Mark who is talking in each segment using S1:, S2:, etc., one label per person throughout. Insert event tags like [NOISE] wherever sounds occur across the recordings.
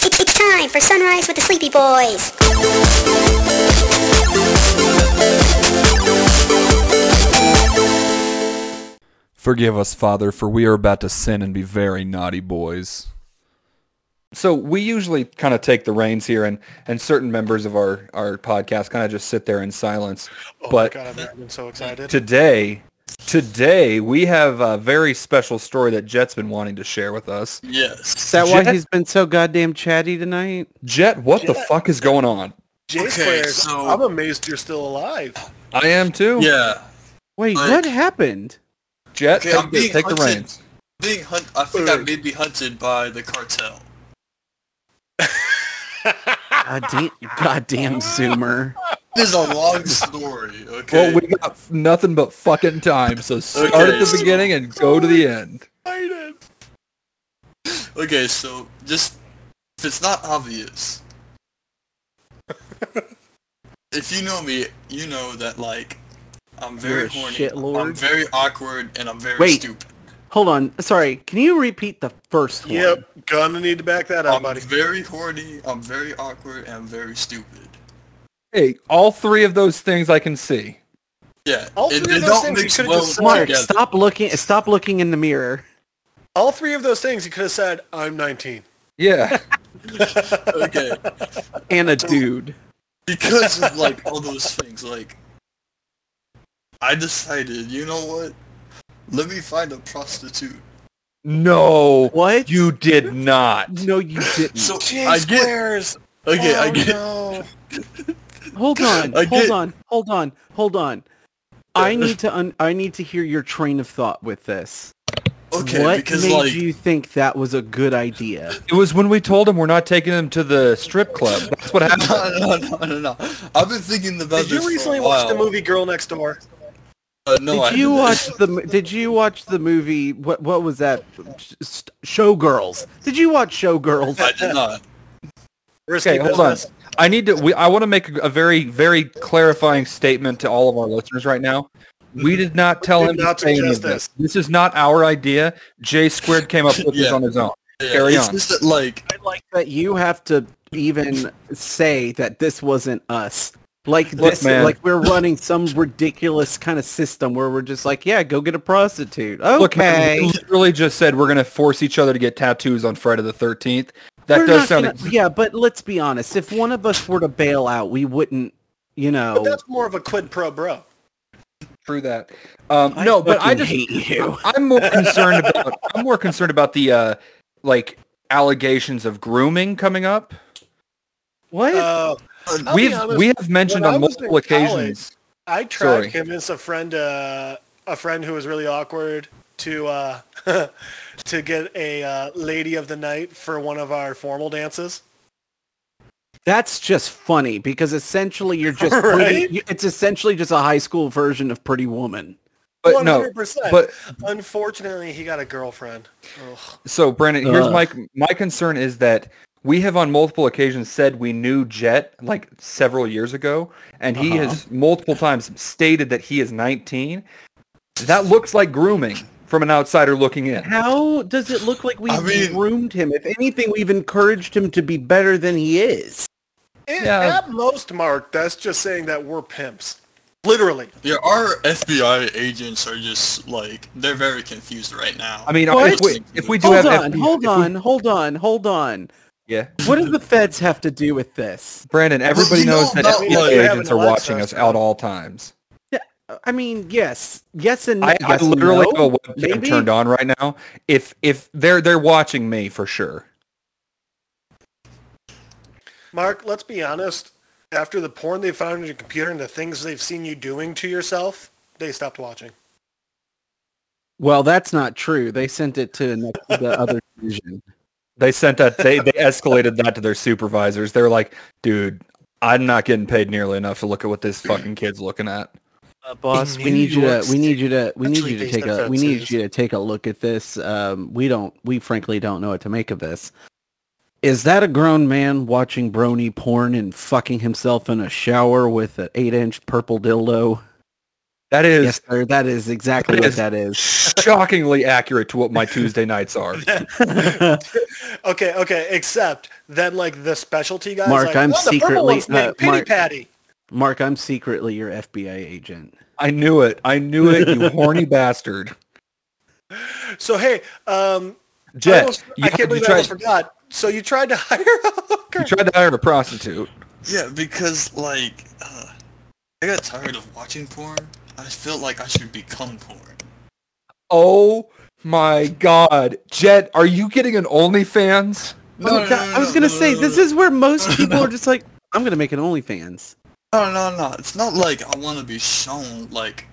S1: time for Sunrise with the Sleepy Boys.
S2: Forgive us, Father, for we are about to sin and be very naughty boys. So we usually kind of take the reins here, and, and certain members of our, our podcast kind of just sit there in silence.
S3: Oh
S2: but
S3: my god, I'm, I'm so excited.
S2: today, today we have a very special story that Jet's been wanting to share with us.
S4: Yes.
S5: Is that why
S2: Jet-
S5: he's been so goddamn chatty tonight?
S2: Jet, what the fuck is going on?
S3: Jay
S4: Okay,
S3: Squares,
S4: so-
S3: I'm amazed you're still alive.
S2: I am too.
S4: Yeah.
S5: Wait,
S4: Like-
S5: what happened?
S2: Jet,
S4: Okay,
S2: take,
S4: I'm
S2: the-
S4: being
S2: take the
S4: hunted.
S2: reins.
S4: Being hunt I think I
S3: Wait.
S4: may be hunted by the cartel.
S5: Goddamn, goddamn Zoomer.
S4: This is a
S3: [LAUGHS]
S4: long story, okay?
S2: Well, we got f- nothing but fucking time, so start at the
S4: Okay.
S2: beginning and go to the end.
S3: Excited.
S4: Okay, so just if it's
S3: [LAUGHS]
S4: not obvious, if you know me, you know that like I'm
S5: You're
S4: very
S5: a
S4: horny,
S5: shitlord?
S4: I'm very awkward, and I'm very
S5: Wait.
S4: stupid.
S5: Hold on. Sorry. Can you repeat the first one?
S3: Yep, gonna need to back that up,
S4: I'm
S3: uh, buddy.
S4: very horny. I'm very awkward, and I'm very stupid.
S2: Hey, all three of those things I can see.
S4: Yeah,
S3: All
S4: it,
S3: three
S4: they
S3: of those
S4: don't
S3: things you
S4: mix
S3: could've
S4: well
S3: just said.
S5: Mark,
S4: together.
S5: stop looking. Stop looking in the mirror.
S3: All three of those things, you could have said, "I'm 19."
S5: [LAUGHS]
S2: Yeah.
S4: Okay,
S5: And a dude.
S4: because of like all those things, like I decided, you know what? Let me find a prostitute.
S2: No.
S5: What?
S2: You did
S5: [LAUGHS]
S2: not.
S5: No, you
S2: Hmm.
S5: didn't.
S4: So
S3: Jay
S4: I get
S3: Squares.
S4: okay. I
S3: Oh,
S4: get
S3: No.
S5: hold on.
S4: I
S5: Hold
S4: get-
S5: on. Hold on. Hold on. I need to. Un- I need to hear your train of thought with this.
S4: okay
S5: what
S4: because
S5: made
S4: like
S5: you think that was a good idea?
S2: It was when we told him we're not taking him to the strip club. That's what
S5: [LAUGHS]
S2: happened.
S4: [LAUGHS] no, no, no, no, no. I've been thinking about
S3: Did
S4: this
S3: you recently
S4: for a while.
S3: watch the movie Girl Next Door?
S4: Uh, no, I
S5: did you
S4: didn't.
S5: watch the? mo- Did you watch the movie? What? What was that? Sh- sh- Showgirls. Did you watch Showgirls?
S4: [LAUGHS] I did not.
S3: Risky
S2: Okay, hold on.
S3: business.
S2: I need to. We, I want to make a, a very, very clarifying statement to all of our listeners right now. We
S5: Mm-hmm.
S2: did not tell
S3: did
S2: him
S3: not
S2: to say any of
S3: suggest
S2: this.
S3: this.
S2: This is not our idea. J squared came up with this
S5: [LAUGHS]
S4: Yeah.
S2: on his own.
S4: Yeah,
S2: Carry
S4: it's
S2: on.
S4: just that, like,
S5: I like that you have to even say that this wasn't us. Like
S2: Look,
S5: this,
S2: man.
S5: like we're running some ridiculous kind of system where we're just like, yeah, go get a prostitute.
S2: Look, man,
S5: Okay,
S2: we literally just said we're gonna force each other to get tattoos on Friday the thirteenth. That
S5: We're
S2: does
S5: not
S2: sound.
S5: gonna- yeah, but let's be honest. If one of us were to bail out, we wouldn't. You
S3: But
S5: know,
S3: that's more of a quid pro bro.
S2: through that. Um,
S5: I
S2: no, but I
S5: fucking
S2: just
S5: hate you.
S2: I'm more concerned about I'm more concerned about the uh, like allegations of grooming coming up.
S5: What?
S3: Uh, I'll be
S2: We've
S3: honest,
S2: we have mentioned
S3: when I
S2: on
S3: was in
S2: multiple occasions.
S3: I tried
S2: Sorry.
S3: to convince a friend, uh, a friend who was really awkward, to uh, [LAUGHS] to get a uh, lady of the night for one of our formal dances.
S5: That's just funny because essentially you're [LAUGHS] just pretty,
S3: Right?
S5: you- it's essentially just a high school version of Pretty Woman.
S2: But no,
S3: 100%.
S2: but
S3: unfortunately, he got a girlfriend. Ugh.
S2: so Brandon, here's
S5: Ugh.
S2: my my concern is that we have on multiple occasions said we knew Jet like several years ago, and he
S5: Uh-huh.
S2: has multiple times stated that he is 19. That looks like grooming from an outsider looking in.
S5: How does it look like we
S4: I mean-
S5: groomed him? If anything, we've encouraged him to be better than he is.
S3: It-
S2: Yeah.
S3: At most, Mark, that's just saying that we're pimps. Literally.
S4: yeah, our FBI agents are just, like, they're very confused right now.
S2: I mean,
S5: What?
S2: if we, if we do
S5: Hold
S2: have
S5: on,
S2: FB
S5: hold
S2: if we-
S5: on, hold on, hold on.
S2: yeah,
S5: What do
S4: [LAUGHS]
S5: the feds have to do with this?
S2: Brandon, everybody
S4: you
S2: knows
S4: know
S2: that
S4: about, like-
S2: FBI agents are
S3: having
S2: watching us
S3: Alexa.
S2: at all times.
S5: I mean, yes, yes, and
S2: I,
S5: yes
S2: I
S5: and
S2: literally
S5: no,
S2: have a webcam
S5: maybe?
S2: turned on right now. If if they're they're watching me for sure.
S3: Mark, let's be honest. After the porn they found on your computer and the things they've seen you doing to yourself, they stopped watching.
S5: Well, that's not true. They sent it to an- the other division.
S2: They sent that they they escalated that to their supervisors. They're like, dude, I'm not getting paid nearly enough to look at what this fucking kid's looking at.
S5: Uh, boss,
S3: In
S5: we
S3: New
S5: need you
S3: York
S5: to we need you to we need
S3: Actually,
S5: you to
S3: these
S5: take a we need
S3: defenses-
S5: you to take a look at this. Um, we don't we frankly don't know what to make of this. Is that a grown man watching brony porn and fucking himself in a shower with an eight inch purple dildo?
S2: That is
S5: Yes, sir. That is exactly
S2: It
S5: what
S2: is.
S5: that is.
S3: [LAUGHS]
S2: shockingly accurate to what my Tuesday nights are.
S3: okay, okay, except than like the specialty guys.
S5: Mark,
S3: like,
S5: I'm
S3: "Oh, the purple one's
S5: secretly-
S3: named
S5: uh,
S3: Pity
S5: Mark-
S3: Patty.
S5: Mark, I'm secretly your FBI agent.
S2: I knew it. I knew it, you
S3: [LAUGHS]
S2: horny bastard.
S3: So hey, um, I,
S2: Jet,
S3: almost-
S2: you,
S3: I can't
S2: you
S3: believe I
S2: tried,
S3: almost forgot. So you tried to [LAUGHS] hire a hooker.
S2: you tried to hire a prostitute.
S4: Yeah, because like uh, I got tired of watching porn. I felt like I should become porn.
S2: Oh my god. Jet, are you getting an OnlyFans?
S4: No,
S5: Oh,
S4: no,
S5: God,
S4: no,
S5: I was
S4: no,
S5: gonna
S4: no,
S5: say
S4: no,
S5: this
S4: no.
S5: is where most people are just like, I'm gonna make an OnlyFans.
S4: No, no, no. It's not like I want to be shown. Like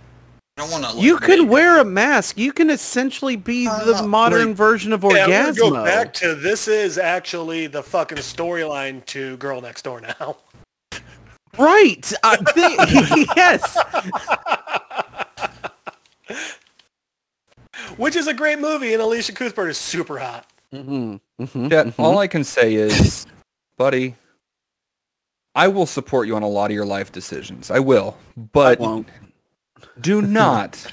S4: I don't want to. Like,
S5: You
S4: make-
S5: could wear a mask. You can essentially be
S4: Uh,
S5: the modern
S4: like-
S5: version of
S3: Yeah, we're gonna go
S5: Orgasmo.
S3: back to this is actually the fucking storyline to Girl Next Door now.
S5: Right? I thi- [LAUGHS] yes.
S3: Which is a great movie and Alicia Cuthbert is super hot.
S5: Mhm, mhm,
S2: Jet,
S5: mhm.
S2: all I can say is, buddy, I will support you on a lot of your life decisions. I will. But
S5: Won't.
S2: [LAUGHS] do not,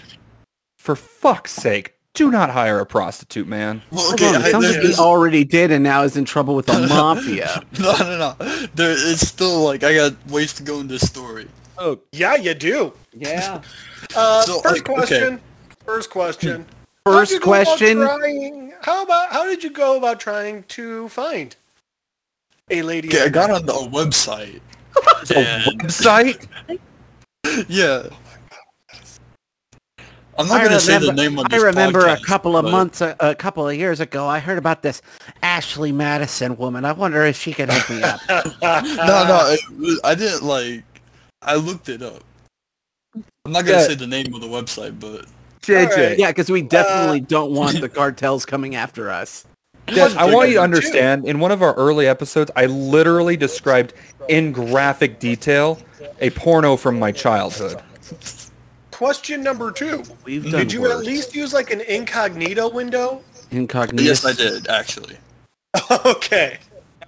S2: for fuck's sake, do not hire a prostitute, man.
S4: Well,
S5: Hold
S4: okay,
S5: on, it
S4: I,
S5: sounds
S4: there
S5: like he
S4: is- [LAUGHS]
S5: already did, and now is in trouble with the mafia.
S4: no, no, no. There is still like I got ways to go in this story.
S2: Oh,
S3: Yeah, you do.
S5: Yeah.
S3: Uh,
S4: So,
S3: first
S4: like, okay.
S3: question. First question. How'd
S5: First
S3: you go about
S5: question.
S3: trying- how about how did you go about trying to find a lady?
S4: Okay, I got on the
S5: [LAUGHS]
S4: website.
S2: [LAUGHS]
S4: And,
S2: website?
S4: yeah. I'm not
S5: I
S4: gonna say the
S5: remember-
S4: name on
S5: I
S4: this
S5: remember a
S4: podcast,
S5: couple of
S4: but-
S5: months, a, a couple of years ago, I heard about this Ashley Madison woman. I wonder if she could hook me up.
S4: [LAUGHS] No, no, it was, I didn't like. I looked it up. I'm not gonna
S2: Yeah.
S4: say the name of the website, but
S2: JJ.
S3: All right.
S5: yeah, because we definitely
S4: Uh,
S5: don't
S4: [LAUGHS]
S5: want the cartels coming after us.
S2: Yes, I want you to
S3: Two.
S2: understand. In one of our early episodes, I literally described in graphic detail a porno from my childhood.
S3: Question number two.
S5: We've done
S3: Did you at
S5: worse.
S3: least use like an incognito window?
S5: incognito?
S4: yes, I did actually.
S3: okay.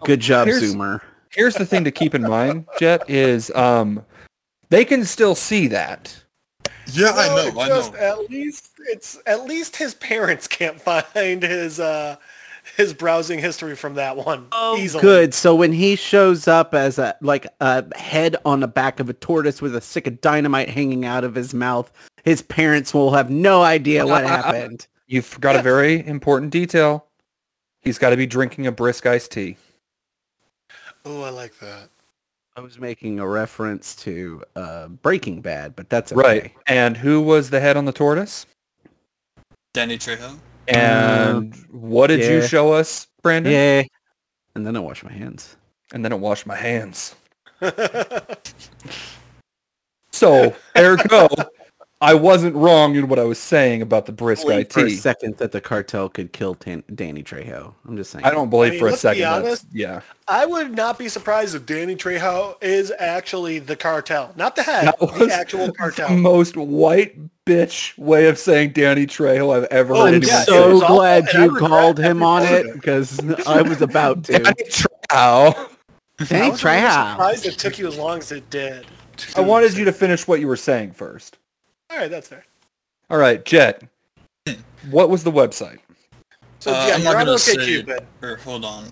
S5: Good job,
S2: Here's-
S5: Zoomer.
S2: Here's the thing to keep in mind, Jet, is um, they can still see that.
S4: Yeah, I
S3: No,
S4: know, I
S3: just
S4: know.
S3: At least it's at least his parents can't [LAUGHS] find his uh his browsing history from that one easily.
S5: Good. So when he shows up as a like a head on the back of a tortoise with a stick of dynamite hanging out of his mouth, his parents will have no
S2: [LAUGHS]
S5: idea what happened.
S2: You forgot a very important detail. He's got to be drinking a brisk iced tea.
S3: Oh, I like that.
S5: I was making a reference to uh, Breaking Bad, but that's okay.
S2: Right. And who was the head on the tortoise?
S4: Danny Trejo.
S2: And what did you
S5: yeah.
S2: show us, Brandon?
S5: Yeah. And then I wash my hands.
S2: And then I washed my hands.
S3: [LAUGHS]
S2: So, ergo, I wasn't wrong in what I was saying about the brisk
S5: Believe
S2: iced
S5: for a
S2: tea.
S5: second that the cartel could kill Tan- Danny Trejo. I'm just saying.
S2: I don't believe
S3: I mean,
S2: for a
S3: let's be
S2: second. that's-
S3: honest.
S2: yeah.
S3: I would not be surprised if Danny Trejo is actually the cartel, not the head,
S2: That
S3: the
S2: was
S3: actual
S2: [LAUGHS]
S3: cartel.
S2: The most white bitch way of saying Danny Trejo I've ever
S3: Oh,
S2: heard
S5: I'm
S2: anyone
S3: yeah,
S2: say.
S5: so
S3: was awful,
S5: glad
S3: and I
S5: you
S3: regret
S5: called him
S3: every
S5: on
S3: part
S5: it
S3: of it.
S5: because I
S2: [LAUGHS]
S5: was about to.
S2: Danny Trejo.
S3: I
S5: Danny
S3: was really
S5: Trejo.
S3: surprised it took you as long as it did.
S2: I wanted you to finish what you were saying first.
S3: All right, that's fair.
S2: All right, Jet. What was the website?
S3: So
S4: Uh,
S3: yeah,
S4: I'm not
S3: you're on
S4: gonna say-
S3: OkCupid.
S4: Or hold on.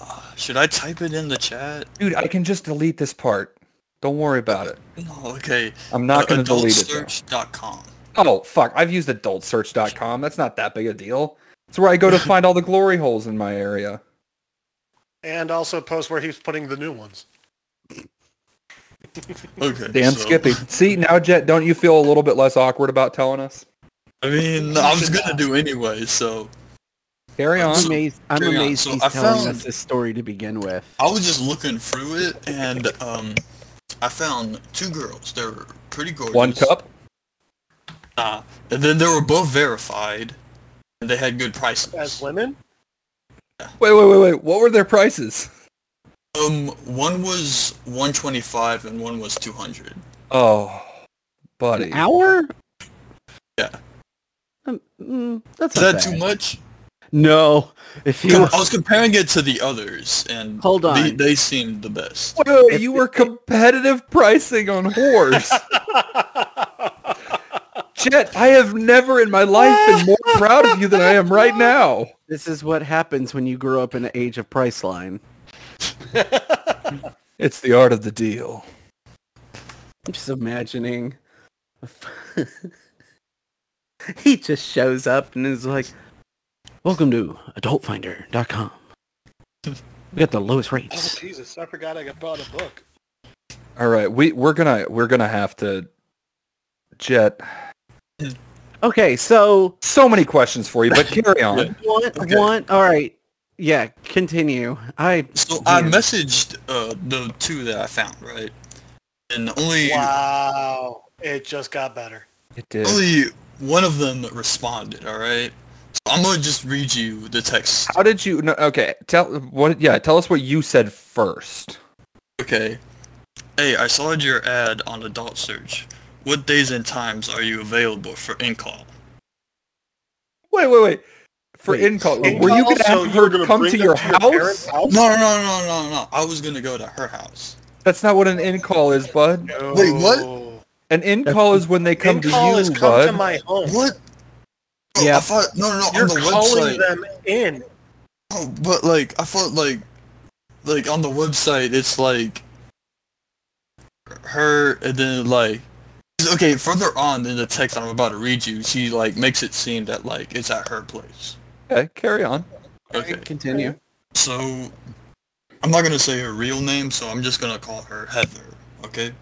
S4: Uh, should I type it in the chat?
S2: Dude, I can just delete this part. Don't worry about it.
S4: No, okay.
S2: I'm not going to delete it. though.
S4: Adultsearch.com.
S2: Oh, fuck. I've used adultsearch.com. That's not that big a deal. It's where I go to find all the glory holes in my area.
S3: and also post where he's putting the new ones.
S4: Okay.
S2: Damn
S4: so-
S2: Skippy. See, now, Jet, don't you feel a little bit less awkward about telling us?
S4: I mean, I was gonna do anyway, so
S2: Carry on.
S5: I'm amazed, I'm
S4: Hang on,
S5: amazed
S4: so
S5: he's
S4: I
S5: telling
S4: found-
S5: us this story to begin with.
S4: I was just looking through it, and um, I found two girls. They were pretty gorgeous.
S2: One cup?
S4: Nah. And Uh, then they were both verified, and they had good prices.
S3: As women,
S2: Wait, wait, wait, wait. What were their prices?
S4: Um, one was 125 and one was 200.
S2: Oh, buddy.
S5: An hour?
S4: Yeah.
S5: Um, mm, that's
S4: Is
S5: not
S4: that too
S5: bad.
S4: much?
S5: No. If you
S4: Com- I was comparing it to the others, and
S5: Hold
S4: They,
S5: on.
S4: they seemed the best.
S2: Whoa, you were competitive pricing on [LAUGHS] whores. Jet, I have never in my life been more [LAUGHS] proud of you than I am right now.
S5: this is what happens when you grow up in the age of Priceline.
S2: It's the art of the deal.
S5: I'm just imagining. [LAUGHS] he just shows up and is like, "Welcome to AdultFinder.com. We got the lowest
S3: oh
S5: rates."
S3: Jesus! I forgot I got bought a book.
S2: All right, we we're gonna we're gonna have to jet.
S5: Okay, so
S2: So many questions for you, [LAUGHS] but carry on.
S5: one,
S4: Okay.
S5: one, all right, yeah, continue. I
S4: So I
S5: Yeah.
S4: messaged uh, the two that I found, right? And only
S3: Wow! It just got better.
S2: It did.
S4: only one of them responded. All right. So I'm gonna just read you the text.
S2: How did you? No, okay, tell what. Yeah, tell us what you said first.
S4: Okay. Hey, I saw your ad on Adult Search. What days and times are you available for in-call?
S2: Wait, wait, wait. For
S5: Wait,
S2: in call,
S5: so-
S2: were you gonna
S3: Also,
S2: have
S3: you were
S2: her
S3: gonna
S2: come
S3: bring
S2: to
S3: them
S2: your
S3: your parents'
S2: house?
S4: No, no, no, no, no. I was gonna go to her house.
S2: That's not what an in call is, bud.
S4: Wait, what?
S3: No.
S2: An in call is when they come to
S3: In-call
S2: you,
S3: is Oh. come
S2: bud.
S3: to my home.
S4: What? Oh,
S5: Yeah.
S4: I thought, no, no, no.
S3: You're
S4: on the
S3: calling
S4: website.
S3: them in.
S4: Oh, but like, I thought like, like on the website, it's like her, and then like, okay, further on in the text I'm about to read you, she like makes it seem that like it's at her place.
S2: okay, carry on.
S4: Okay.
S5: [LAUGHS] continue.
S4: So, I'm not gonna say her real name, so I'm just gonna call her Heather. Okay.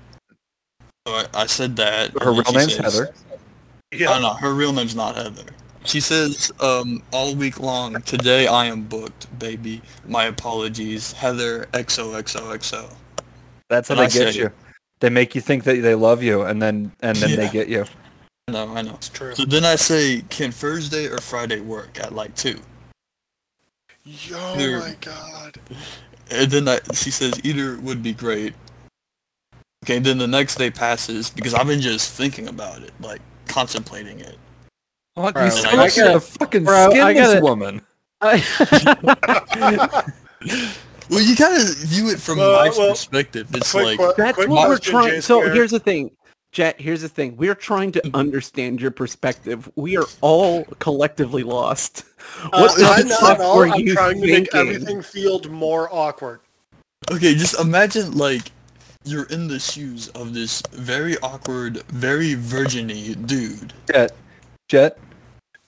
S4: So I, I said that.
S2: Her
S4: and
S2: real
S4: she
S2: name's
S4: says-
S2: Heather.
S4: No,
S3: Yeah.
S4: no, her real name's not Heather. She says, um, all week long, today I am booked, baby. My apologies. Heather XOXOXO.
S2: That's how
S4: And
S2: they
S4: I
S2: get
S4: said-
S2: you. They make you think that they love you, and then and then they
S4: Yeah.
S2: get you.
S4: I know, I know.
S3: It's true.
S4: So then I say, can Thursday or Friday work at like 2?
S3: Yo,
S4: They're-
S3: my God.
S4: And then I, she says, either would be great. Okay, then the next day passes because I've been just thinking about it, like contemplating it.
S2: What?
S5: Bro,
S2: you
S4: I
S2: sound like
S4: gotta-
S2: you're a fucking
S5: bro, I
S2: skinless
S5: gotta-
S2: woman.
S4: Well, you gotta view it from
S3: Well,
S4: my
S3: well,
S4: perspective. It's
S3: quick
S4: like,
S3: que-
S5: That's
S3: quick
S5: what we're
S3: question,
S5: trying.
S3: Jay
S5: So
S3: Square.
S5: here's the thing, Jet. Here's the thing. We're trying
S3: [LAUGHS]
S5: to understand your perspective. We are all collectively lost. What
S3: uh,
S5: the
S3: I'm not
S5: fuck
S3: all-
S5: were
S3: I'm
S5: you
S3: trying to make
S5: thinking?
S3: everything feel more awkward.
S4: Okay, just imagine like you're in the shoes of this very awkward, very virginy dude.
S2: Jet, Jet.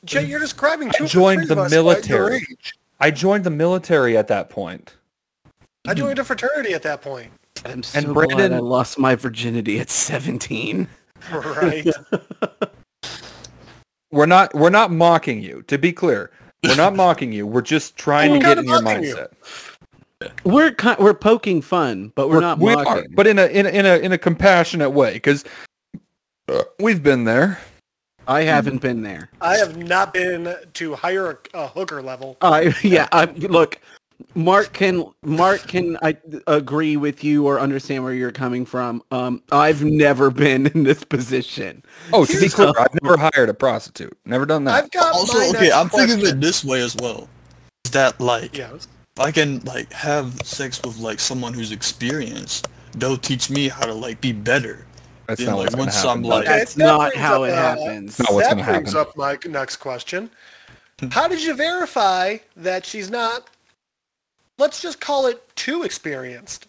S3: Jay, you're describing two. of
S2: joined
S3: three
S2: the
S3: of us by your
S2: military.
S3: age.
S2: I joined the military at that point.
S3: I joined a fraternity at that point. [LAUGHS]
S5: I'm so and
S2: Brandon-
S5: glad I lost my virginity at 17.
S3: Right.
S2: We're not we're not mocking you. To be clear, we're not mocking you. We're just trying to
S3: We're
S2: get
S3: kinda
S2: in your
S3: mocking you.
S2: mindset.
S5: We're ki- we're poking fun, but we're, not
S2: we
S5: mocking.
S2: are, but in a in a in a, in a compassionate way because we've been there.
S5: I haven't been there.
S3: I have not been to higher a hooker level.
S5: I Uh, [LAUGHS] yeah. I look. Mark can Mark can I agree with you or understand where you're coming from. Um, I've never [LAUGHS] been in this position.
S2: Oh, to be
S5: So-
S2: clear, I've never hired a prostitute. Never done that.
S3: I've got
S4: Also,
S3: my
S4: okay,
S3: next
S4: I'm thinking of
S3: question.
S4: it this way as well. Is that like
S3: Yes.
S4: if I can like have sex with like someone who's experienced, they'll teach me how to like be better.
S2: That's
S4: been,
S2: not
S4: like,
S2: what's gonna
S4: once
S2: happen.
S4: I'm, like-
S2: though.
S5: That's
S3: that
S5: not
S3: brings
S5: how
S3: up,
S5: it
S3: uh,
S5: happens.
S2: No, what's
S3: that
S2: gonna
S3: brings
S2: happen.
S3: up my next question. How did you verify that she's not? Let's just call it too experienced.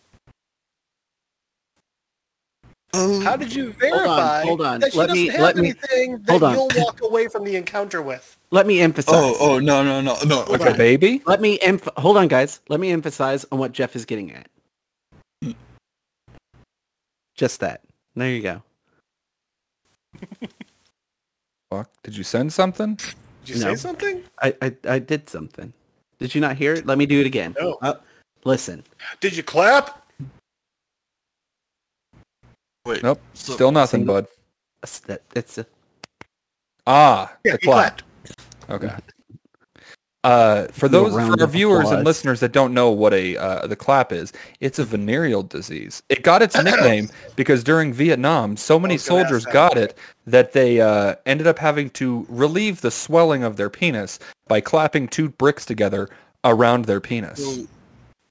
S3: How did you verify
S5: hold on.
S3: that she
S5: Let
S3: doesn't
S5: me-
S3: have
S5: let me-
S3: anything that
S5: hold on.
S3: you'll walk away from the encounter with?
S5: Let me emphasize.
S4: Oh, oh no, no, no, no.
S2: Like a
S4: Okay,
S2: baby.
S5: Let me emph- hold on, guys. Let me emphasize on what Jeff is getting at. Just that. There you go.
S2: Fuck. Did you send something?
S3: Did you
S5: No.
S3: say something?
S5: I, I I did something. Did you not hear it? Let me do it again.
S3: No.
S5: Uh, listen.
S3: Did you clap?
S4: wait.
S2: Nope.
S4: So-
S2: Still nothing,
S5: Single-
S2: bud.
S5: That's- that- It's a,
S2: Ah,
S3: Yeah,
S2: the
S3: you
S2: clap.
S3: clapped.
S2: Okay. Uh, for
S5: Little
S2: those for
S5: round
S2: our
S5: of
S2: viewers and
S5: applause.
S2: listeners that don't know what a uh, the clap is, it's a venereal disease. It got its nickname because during Vietnam, so many
S3: was gonna ask
S2: soldiers
S3: that.
S2: got it that they uh, ended up having to relieve the swelling of their penis by clapping two bricks together around their penis.
S4: So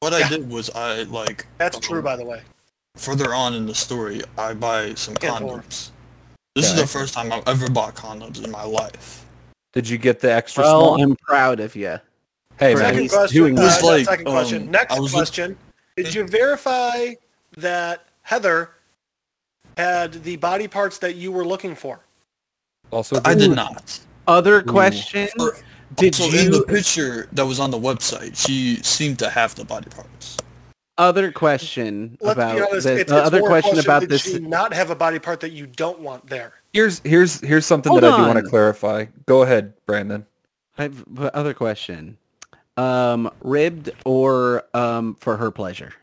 S4: what I did was I like
S3: That's
S4: um,
S3: true, by the way.
S4: further on in the story, I buy some
S3: Yeah, Lord.
S4: condoms. This is
S2: Okay.
S4: the first time I've ever bought condoms in my life.
S2: Did you get the extra
S5: well,
S2: small?
S5: I'm proud of you.
S2: Hey, man,
S5: for at
S3: Second
S5: least
S3: question.
S5: doing
S3: uh,
S4: this.
S3: no,
S4: Like,
S3: second
S4: um,
S3: question. Next
S4: I was look-
S3: question. Did you verify that Heather had the body parts that you were looking for?
S2: Also,
S4: I did not.
S5: Other question:
S4: Or-
S5: Did
S4: also, in the
S5: you?
S4: picture that was on the website, she seemed to have the body parts.
S5: Other question
S3: Let's
S5: about
S3: be honest.
S5: this.
S3: it's,
S5: the
S3: it's
S5: other
S3: more a
S5: question about
S3: did
S5: this.
S3: She not have a body part that you don't want there.
S2: here's here's here's something
S5: Hold
S2: that I do want
S5: on.
S2: to clarify. Go ahead, Brandon.
S5: I've, but uh, other question: um, ribbed or um, for her pleasure,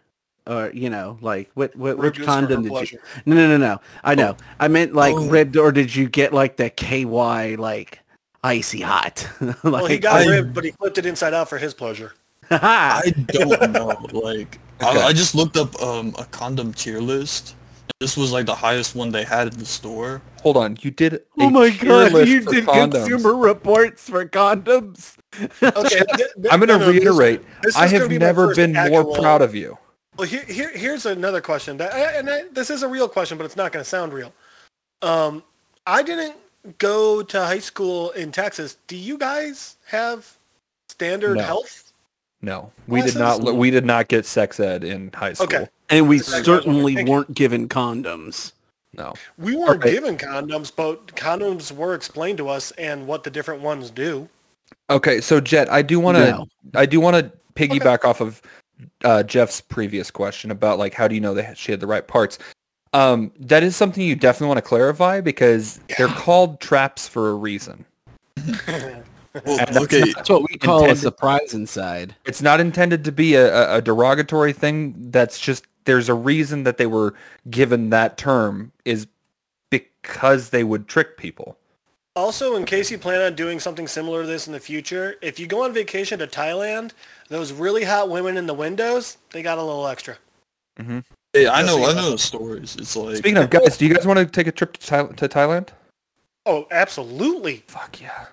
S5: or you know, like what what
S3: Ribbed
S5: which
S3: is for her
S5: condom did
S3: pleasure.
S5: you? No, no, no, no. I know. I meant like
S4: Oh.
S5: ribbed, or did you get like the KY like icy hot? [LAUGHS] like,
S3: Well, he got
S4: I-
S3: ribbed, but he flipped it inside out for his pleasure.
S5: I,
S2: [LAUGHS]
S4: I don't know. Like,
S2: Okay.
S4: I, I just looked up um, a condom tier list. This was like the highest one they had in
S2: [LAUGHS]
S4: the store.
S2: Hold on. You did. A
S5: oh my
S2: tier
S5: god,
S2: list
S5: you
S2: for
S5: did
S2: condoms.
S5: consumer reports for condoms.
S3: Okay, th- th-
S2: I'm going to
S3: no, no, this-
S2: reiterate.
S3: this
S2: I
S3: is gonna
S2: have
S3: be my
S2: never
S3: first
S2: been more
S3: actual-
S2: proud of you.
S3: Well, here, here, here's another question, that, I- and I, this is a real question, but it's not going to sound real. Um, I didn't go to high school in Texas. Do you guys have standard
S2: No.
S3: health?
S2: No, we did
S3: Classes?
S2: not. We did not get sex ed in high school.
S3: Okay.
S5: And we
S3: Thank you.
S5: certainly
S3: Thank you.
S5: weren't given condoms.
S2: No.
S3: We weren't
S2: Alright.
S3: given condoms, but condoms were explained to us and what the different ones do.
S2: Okay, so Jet, I do want to.
S5: No.
S2: I do want to piggyback off of uh, Jeff's previous question about like how do you know that she had the right parts. Um, that is something you definitely want to clarify because they're called traps for a reason.
S4: Well, okay,
S5: That's what we call
S2: Intended-
S5: a surprise inside.
S2: It's not intended to be a, a, a derogatory thing. That's just there's a reason that they were given that term is because they would trick people.
S3: Also, in case you plan on doing something similar to this in the future, if you go on vacation to Thailand, those really hot women in the windows, they got a little extra.
S4: hey, I know, I know the stories. It's like
S2: Speaking of guys, do you guys want to take a trip to, Thai- to Thailand?
S3: Oh, absolutely.
S2: Fuck yeah.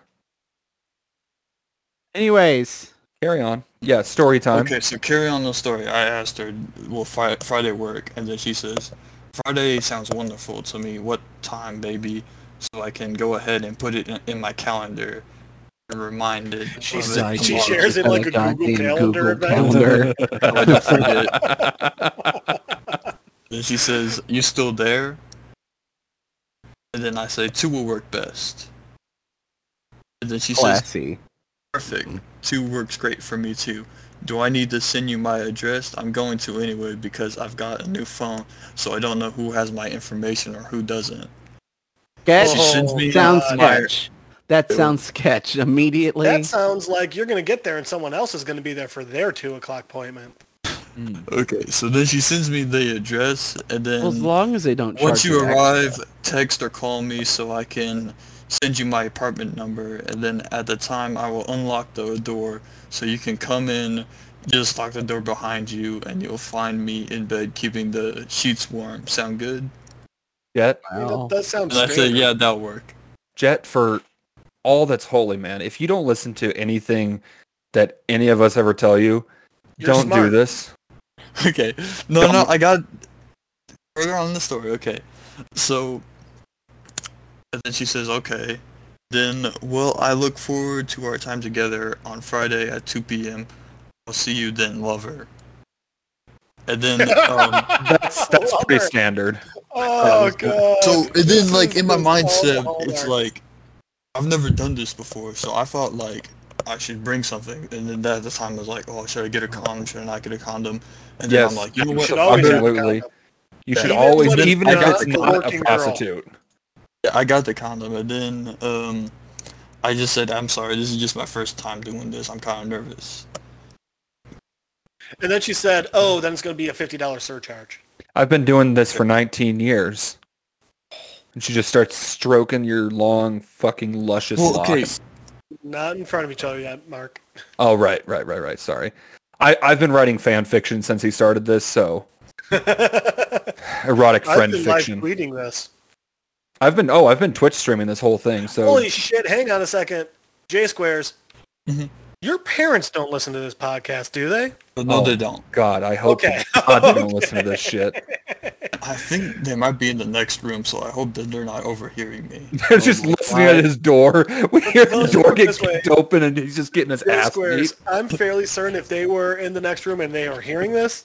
S5: Anyways,
S2: Carry on. Yeah, story time. [LAUGHS]
S4: Okay, so carry on the story. I asked her, "Will fri- Friday work?" And then she says, "Friday sounds wonderful to me. What time, baby? So I can go ahead and put it in, in my calendar and remind it."
S3: She
S4: of it
S3: said- she
S4: tomorrow."
S3: shares it like a Google Calendar [LAUGHS]
S4: [LAUGHS] I don't forget. then she says, "You still there?" And then I say, two will work best." And then she says,
S5: Classy.
S4: Perfect. Two works great for me too. Do I need to send you my address? I'm going to anyway because I've got a new phone, so I don't know who has my information or who doesn't. She
S5: Sketch
S4: sends
S3: Oh,
S4: me
S5: sounds
S4: my-
S5: sketch. That sounds sketch immediately.
S3: That sounds like you're going to get there and someone else is going to be there for their 2 o'clock appointment.
S4: Okay, so then she sends me the address, and then
S5: Well, as long as they don't.
S4: once
S5: charge
S4: you
S5: tax.
S4: arrive, text or call me so I can send you my apartment number, and then at the time I will unlock the door so you can come in. Just lock the door behind you, and you'll find me in bed keeping the sheets warm. Sound good?
S2: Jet,
S3: I mean,
S5: Wow.
S4: [LAUGHS]
S3: that, that sounds
S2: uh,
S4: And I said,
S3: standard.
S4: yeah, that'll work.
S2: Jet, for all that's holy, man. If you don't listen to anything that any of us ever tell you,
S3: You're
S2: don't do
S3: smart.
S2: this.
S4: [LAUGHS] okay. No, no, I got further on in the story. Okay, so and then she says, "Okay, then well, I look forward to our time together on Friday at 2 p.m. I'll see you then, lover." And then,
S3: [LAUGHS]
S4: um,
S2: That's that's
S3: Love
S2: pretty
S3: her.
S2: standard.
S3: Oh, God. [LAUGHS]
S4: so and
S3: This
S4: then, like
S3: is
S4: in my
S3: the
S4: mindset,
S3: whole
S4: it's
S3: hallmark.
S4: like I've never done this before, so I thought like I should bring something. And then at the time, I was like, "Oh, should I get a condom? Should I not get a condom?" And then
S2: Yes,
S4: I'm like, "You know
S2: you
S4: what?
S3: should always have a
S2: Absolutely.
S3: condom.
S2: You should
S3: Even
S2: always,
S3: when it's
S2: even if
S3: not
S2: it's
S3: a
S2: not a
S3: working girl.
S2: prostitute.
S4: Yeah, I got the condom, and then um, I just said, "I'm sorry, this is just my first time doing this. I'm kind of nervous."
S3: And then she said, oh, then it's going to be a $50 surcharge.
S2: I've been doing this for 19 years. And she just starts stroking your long, fucking luscious
S4: Well,
S2: locks.
S4: okay.
S3: Not in front of each other yet, Mark.
S2: Oh, right, right, right, right. Sorry. I, I've been writing fan fiction since he started this,
S3: [LAUGHS]
S2: so erotic
S3: I've
S2: friend
S3: been like
S2: fiction.
S3: tweeting this.
S2: I've been oh, I've been Twitch streaming this whole thing. So
S3: Holy shit, hang on a second. J Squares,
S4: Mhm.
S3: your parents don't listen to this podcast, do they?
S4: But no,
S2: Oh.
S4: they don't.
S2: God, I hope
S3: Okay.
S2: God they don't listen
S3: [LAUGHS]
S2: to this shit. [LAUGHS]
S4: I think they might be in the next room, so I hope that they're not overhearing me.
S2: They're just listening at his door. [LAUGHS] We hear the
S3: Oh, let's
S2: door
S3: put it
S2: get
S3: this way.
S2: kicked open, and he's just getting his
S3: J
S2: ass
S3: Squares,
S2: beat.
S3: I'm fairly certain if they were in the next room and they are hearing this,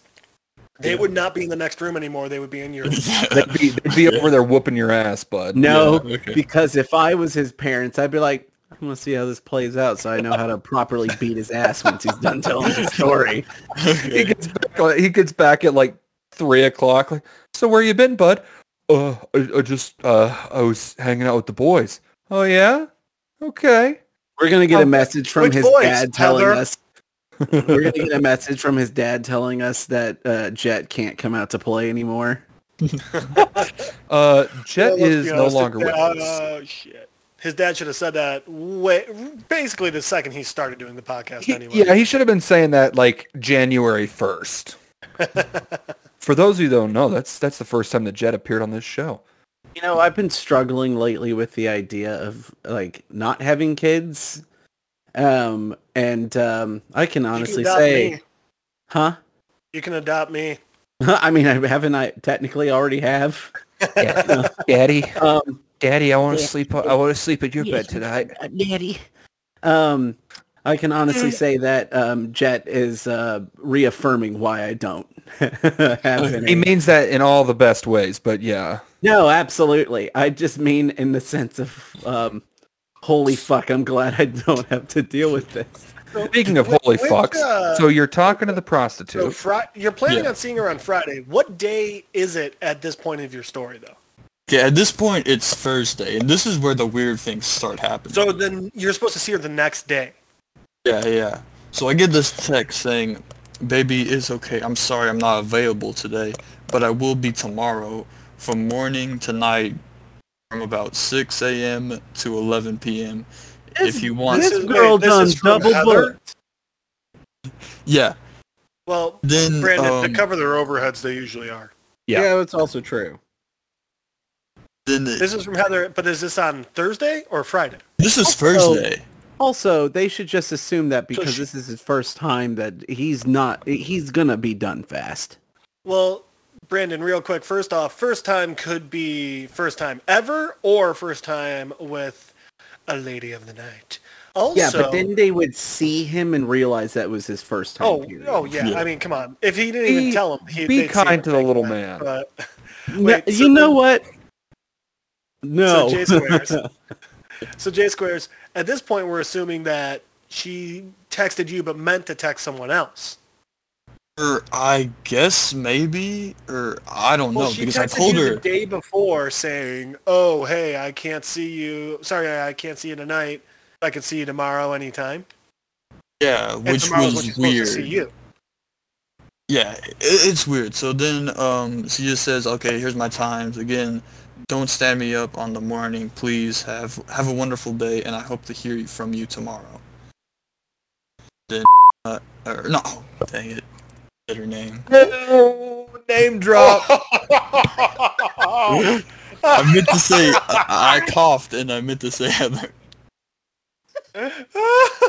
S3: They would not be in the next room anymore. They would be in your.
S2: They'd be, they'd be over there whooping your ass, bud.
S5: No,
S4: Yeah, okay.
S5: because if I was his parents, I'd be like, I'm gonna see how this plays out, so I know how to properly beat his ass once he's done
S4: [LAUGHS]
S5: telling the story.
S2: He
S4: [LAUGHS] Okay.
S2: gets back, he gets back at like three o'clock. Like, so where you been, bud? Uh, I, I just uh, I was hanging out with the boys. Oh yeah, okay.
S5: We're gonna get a message from
S3: Which
S5: his
S3: voice,
S5: dad telling
S3: Heather?
S5: us. We're gonna get a message from his dad telling us that uh, Jet can't come out to play anymore.
S2: Uh, Jet
S3: Well, let's
S2: is
S3: be
S2: no
S3: honest,
S2: longer
S3: his
S2: with
S3: dad-
S2: us.
S3: Oh shit! His dad should have said that way, basically the second he started doing the podcast.
S2: He-
S3: anyway,
S2: yeah, he should have been saying that like January
S3: [LAUGHS]
S2: first. For those of you who don't know, that's that's the first time that Jet appeared on this show.
S5: You know, I've been struggling lately with the idea of like not having kids. Um, and um, I can honestly
S3: adopt
S5: say,
S3: me.
S5: huh? [LAUGHS]
S3: you can adopt me.
S5: I mean, I haven't I technically already have.
S2: [LAUGHS] Daddy,
S5: Um,
S2: Daddy, I want
S5: Yeah.
S2: sleep. I want to sleep at your
S5: bed
S2: tonight.
S5: Uh, Daddy. Um, I can honestly say that um, Jet is uh, reaffirming why I don't [LAUGHS] have
S2: Uh, He
S5: any.
S2: means that in all the best ways, but yeah.
S5: no, absolutely. I just mean in the sense of, um, holy fuck, I'm glad I don't have to deal with this.
S2: Speaking of
S3: Wh-
S2: holy
S3: which,
S2: fucks,
S3: uh,
S2: so you're talking to the prostitute.
S3: So Fri- you're planning
S4: Yeah.
S3: on seeing her on Friday. What day is it at this point of your story, though?
S4: Yeah, at this point it's Thursday, and this is where the weird things start happening.
S3: So then you're supposed to see her the next day.
S4: yeah, yeah. So I get this text saying, "Baby, it's okay. I'm sorry, I'm not available today, but I will be tomorrow from morning to night, from about 6 a.m. to 11 p.m. if you want."
S5: this
S3: This is-
S5: girl
S3: wait, this
S5: done
S3: is from
S5: double
S3: Heather?
S5: booked.
S4: yeah.
S3: Well,
S4: Then
S3: Brandon,
S4: um,
S3: to cover their overheads, they usually are.
S2: Yeah.
S5: it's also true.
S4: then
S3: This is from Heather, but is this on Thursday or Friday?
S4: this is
S5: also-
S4: Thursday.
S5: Also, they should just assume that because
S3: she-
S5: this is his first time that he's not, he's gonna be done fast.
S3: Well, Brandon, real quick. First off, first time could be first time ever or first time with a lady of the night. Also,
S5: Yeah, but then they would see him and realize that was his first time.
S3: oh,
S5: period.
S3: oh yeah. I mean, come on. If he didn't
S2: Be-
S3: even tell him, he,
S2: be
S3: they'd see
S2: kind to the
S3: him.
S2: little man.
S3: But
S5: No,
S3: wait, so
S5: you know what? No.
S3: So J squares. [LAUGHS] so J squares. At this point, we're assuming that she texted you, but meant to text someone else.
S4: Or I guess maybe, or I don't
S3: Well,
S4: know
S3: she
S4: because I
S3: texted
S4: told
S3: you
S4: her.
S3: the day before saying, "Oh, hey, I can't see you. Sorry, I can't see you tonight. I can see you tomorrow anytime."
S4: Yeah,
S3: And
S4: which
S3: tomorrow's when
S4: was
S3: she's
S4: weird.
S3: Supposed to see you.
S4: Yeah, it, it's weird. So then um, she just says, "Okay, here's my times again. Don't stand me up on the morning. Please have have a wonderful day, and I hope to hear from you tomorrow." Then, uh, or no, dang it, said her name.
S2: name drop.
S4: I meant to say I, I coughed, and I meant to say [LAUGHS] Heather.
S2: [LAUGHS]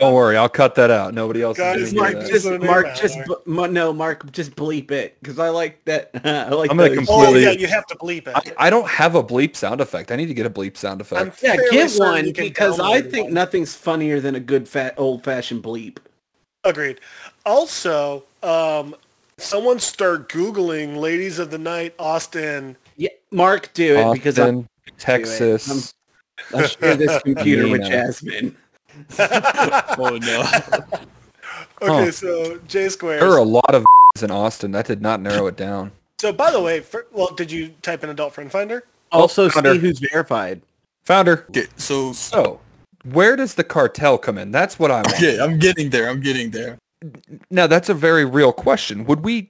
S2: Don't worry, I'll cut that out. Nobody else
S3: Guys,
S2: is going
S5: Mark
S2: to
S3: That's
S5: just
S3: what I mean
S5: Mark
S3: by
S5: just
S3: it.
S5: bu- mu- no Mark just bleep it because I like that. [LAUGHS] I like
S2: I'm gonna
S5: those-
S2: compl-
S3: [LAUGHS] oh
S2: Completely-
S3: yeah, you have to bleep it.
S2: I, I don't have a bleep sound effect. I need to get a bleep sound
S3: I'm
S2: effect.
S5: yeah,
S3: fairly
S5: get
S3: certain
S5: one
S3: you can
S5: because I
S3: download
S5: think
S3: one.
S5: nothing's funnier than a good fat old fashioned bleep.
S3: Agreed. Also, um, someone start googling "ladies of the night" Austin.
S5: Yeah, Mark, do it because I'm,
S2: Austin, Texas.
S5: I
S2: [LAUGHS]
S5: share this computer with
S2: Nina.
S5: Jasmine.
S4: Oh no.
S3: Okay,
S2: Huh.
S3: so J
S2: There are
S3: squares.
S2: a lot of [LAUGHS] in Austin. That did not narrow it down.
S3: So by the way, for, well, did you type in adult friend finder?
S5: Also,
S2: Connor.
S5: see who's verified.
S2: Founder.
S4: Okay, so
S2: So, where does the cartel come in? That's what I want.
S4: okay, I'm getting there. I'm getting there.
S2: Now, that's a very real question. Would we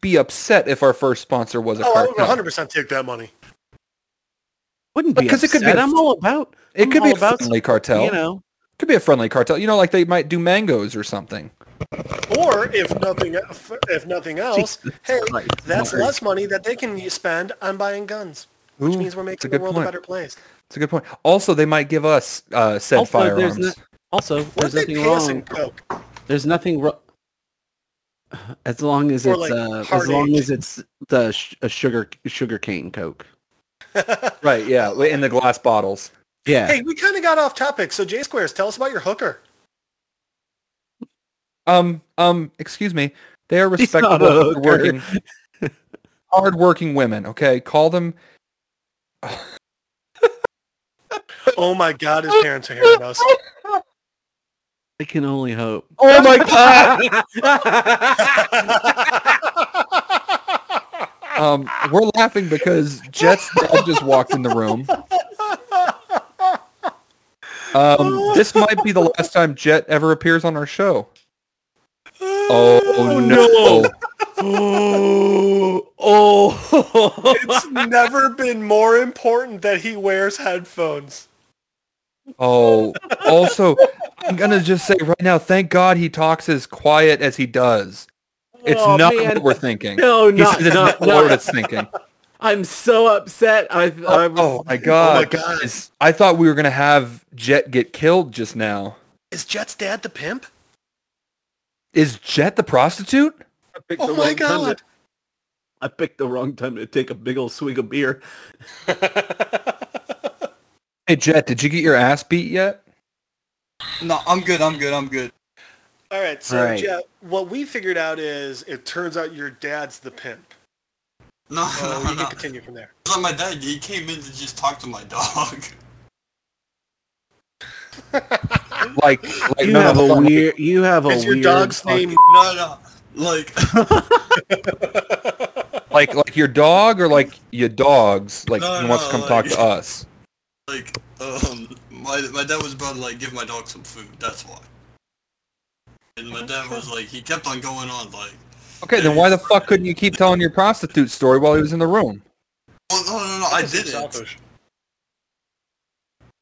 S2: be upset if our first sponsor was a
S3: Oh, I would
S2: cartel?
S3: 100 percent take that money.
S5: Wouldn't be
S2: Because it could be
S5: upset.
S2: a-
S5: I'm all about.
S2: It
S5: I'm
S2: could be
S5: all
S2: a
S5: about
S2: friendly cartel.
S5: You know,
S2: could be a friendly cartel. You know, like they might do mangoes or something.
S3: Or if nothing, if,
S2: [LAUGHS]
S3: if nothing else, hey,
S5: Christ,
S3: that's
S5: Mark.
S3: less money that they can spend on buying guns, which
S2: Ooh,
S3: means we're
S2: that's a
S3: making the
S2: good
S3: world
S2: point.
S3: a better place.
S2: It's a good point. Also, they might give us uh, said
S5: also there's,
S2: firearms.
S5: no, also
S3: What
S5: there's
S3: if they
S5: nothing
S3: pay us in
S5: wrong.
S3: coke?
S5: There's nothing wrong. As long as
S3: Or,
S5: it's
S3: like,
S5: uh, as
S3: hard
S5: long
S3: age.
S5: as it's the sh- a sugar sugar cane coke.
S2: Right, yeah, li- in the glass bottles.
S5: Yeah.
S3: Hey, we kind of got off topic. So J squares, tell us about your hooker.
S2: Um, um, excuse me. They [LAUGHS] are
S5: He's not
S2: respectable,
S5: a hooker.
S2: hardworking, hardworking women. Okay, call them.
S3: [LAUGHS] Oh my God, his parents are hearing us.
S5: I can only [LAUGHS] hope.
S2: Oh my god! um, we're laughing because Jet's dad just walked in the room. Um, this might be the last time Jet ever appears on our show. [LAUGHS] [LAUGHS] Oh,
S3: [LAUGHS]
S2: no!
S5: oh, oh.
S3: It's never been more important that he wears headphones.
S2: Oh, also, I'm gonna just say right now, thank God he talks as quiet as he does. It's
S5: Oh,
S2: not
S5: man.
S2: what we're thinking.
S5: No,
S2: He
S5: not,
S2: says it's
S5: not,
S2: not
S5: not.
S2: what it's
S5: [LAUGHS]
S2: thinking.
S5: I'm so upset. I, I was,
S2: Oh my god!
S3: God.
S2: guys, I thought we were gonna have Jet get killed just now.
S3: Is Jet's dad the pimp? [LAUGHS]
S2: Is Jet the prostitute?
S5: I picked
S3: Oh
S5: the
S3: my
S5: wrong time to-
S3: God.
S5: I picked the wrong time to take a big old swig of beer.
S2: Hey Jet, did you get your ass beat yet?
S4: No, I'm good. I'm good. I'm good.
S3: All right, so
S5: All right.
S3: Jet, what we figured out is it turns out your dad's the pimp.
S4: No,
S3: So
S4: no,
S3: you
S4: no.
S3: can continue from there.
S4: It's Like my dad, he came in to just talk to my dog.
S2: Like, like
S5: You
S2: no, no,
S5: have
S2: hold
S5: a
S2: on.
S5: weird. You have a
S3: Is your
S5: weird
S3: dog's
S5: fucking-
S3: name?
S4: [LAUGHS] No, no. Like,
S2: like like your dog or like your dogs? Like
S4: No,
S2: he wants to
S4: no,
S2: come talk
S4: like-
S5: [LAUGHS]
S2: to us.
S4: like, um, my my dad was about to like give my dog some food. That's why. And my dad was like, he kept on going on like,
S2: Okay, then why the fuck couldn't you keep telling your prostitute story while he was in the room?
S4: well, "Oh, no, no, no, I
S3: This is
S4: didn't.
S3: selfish.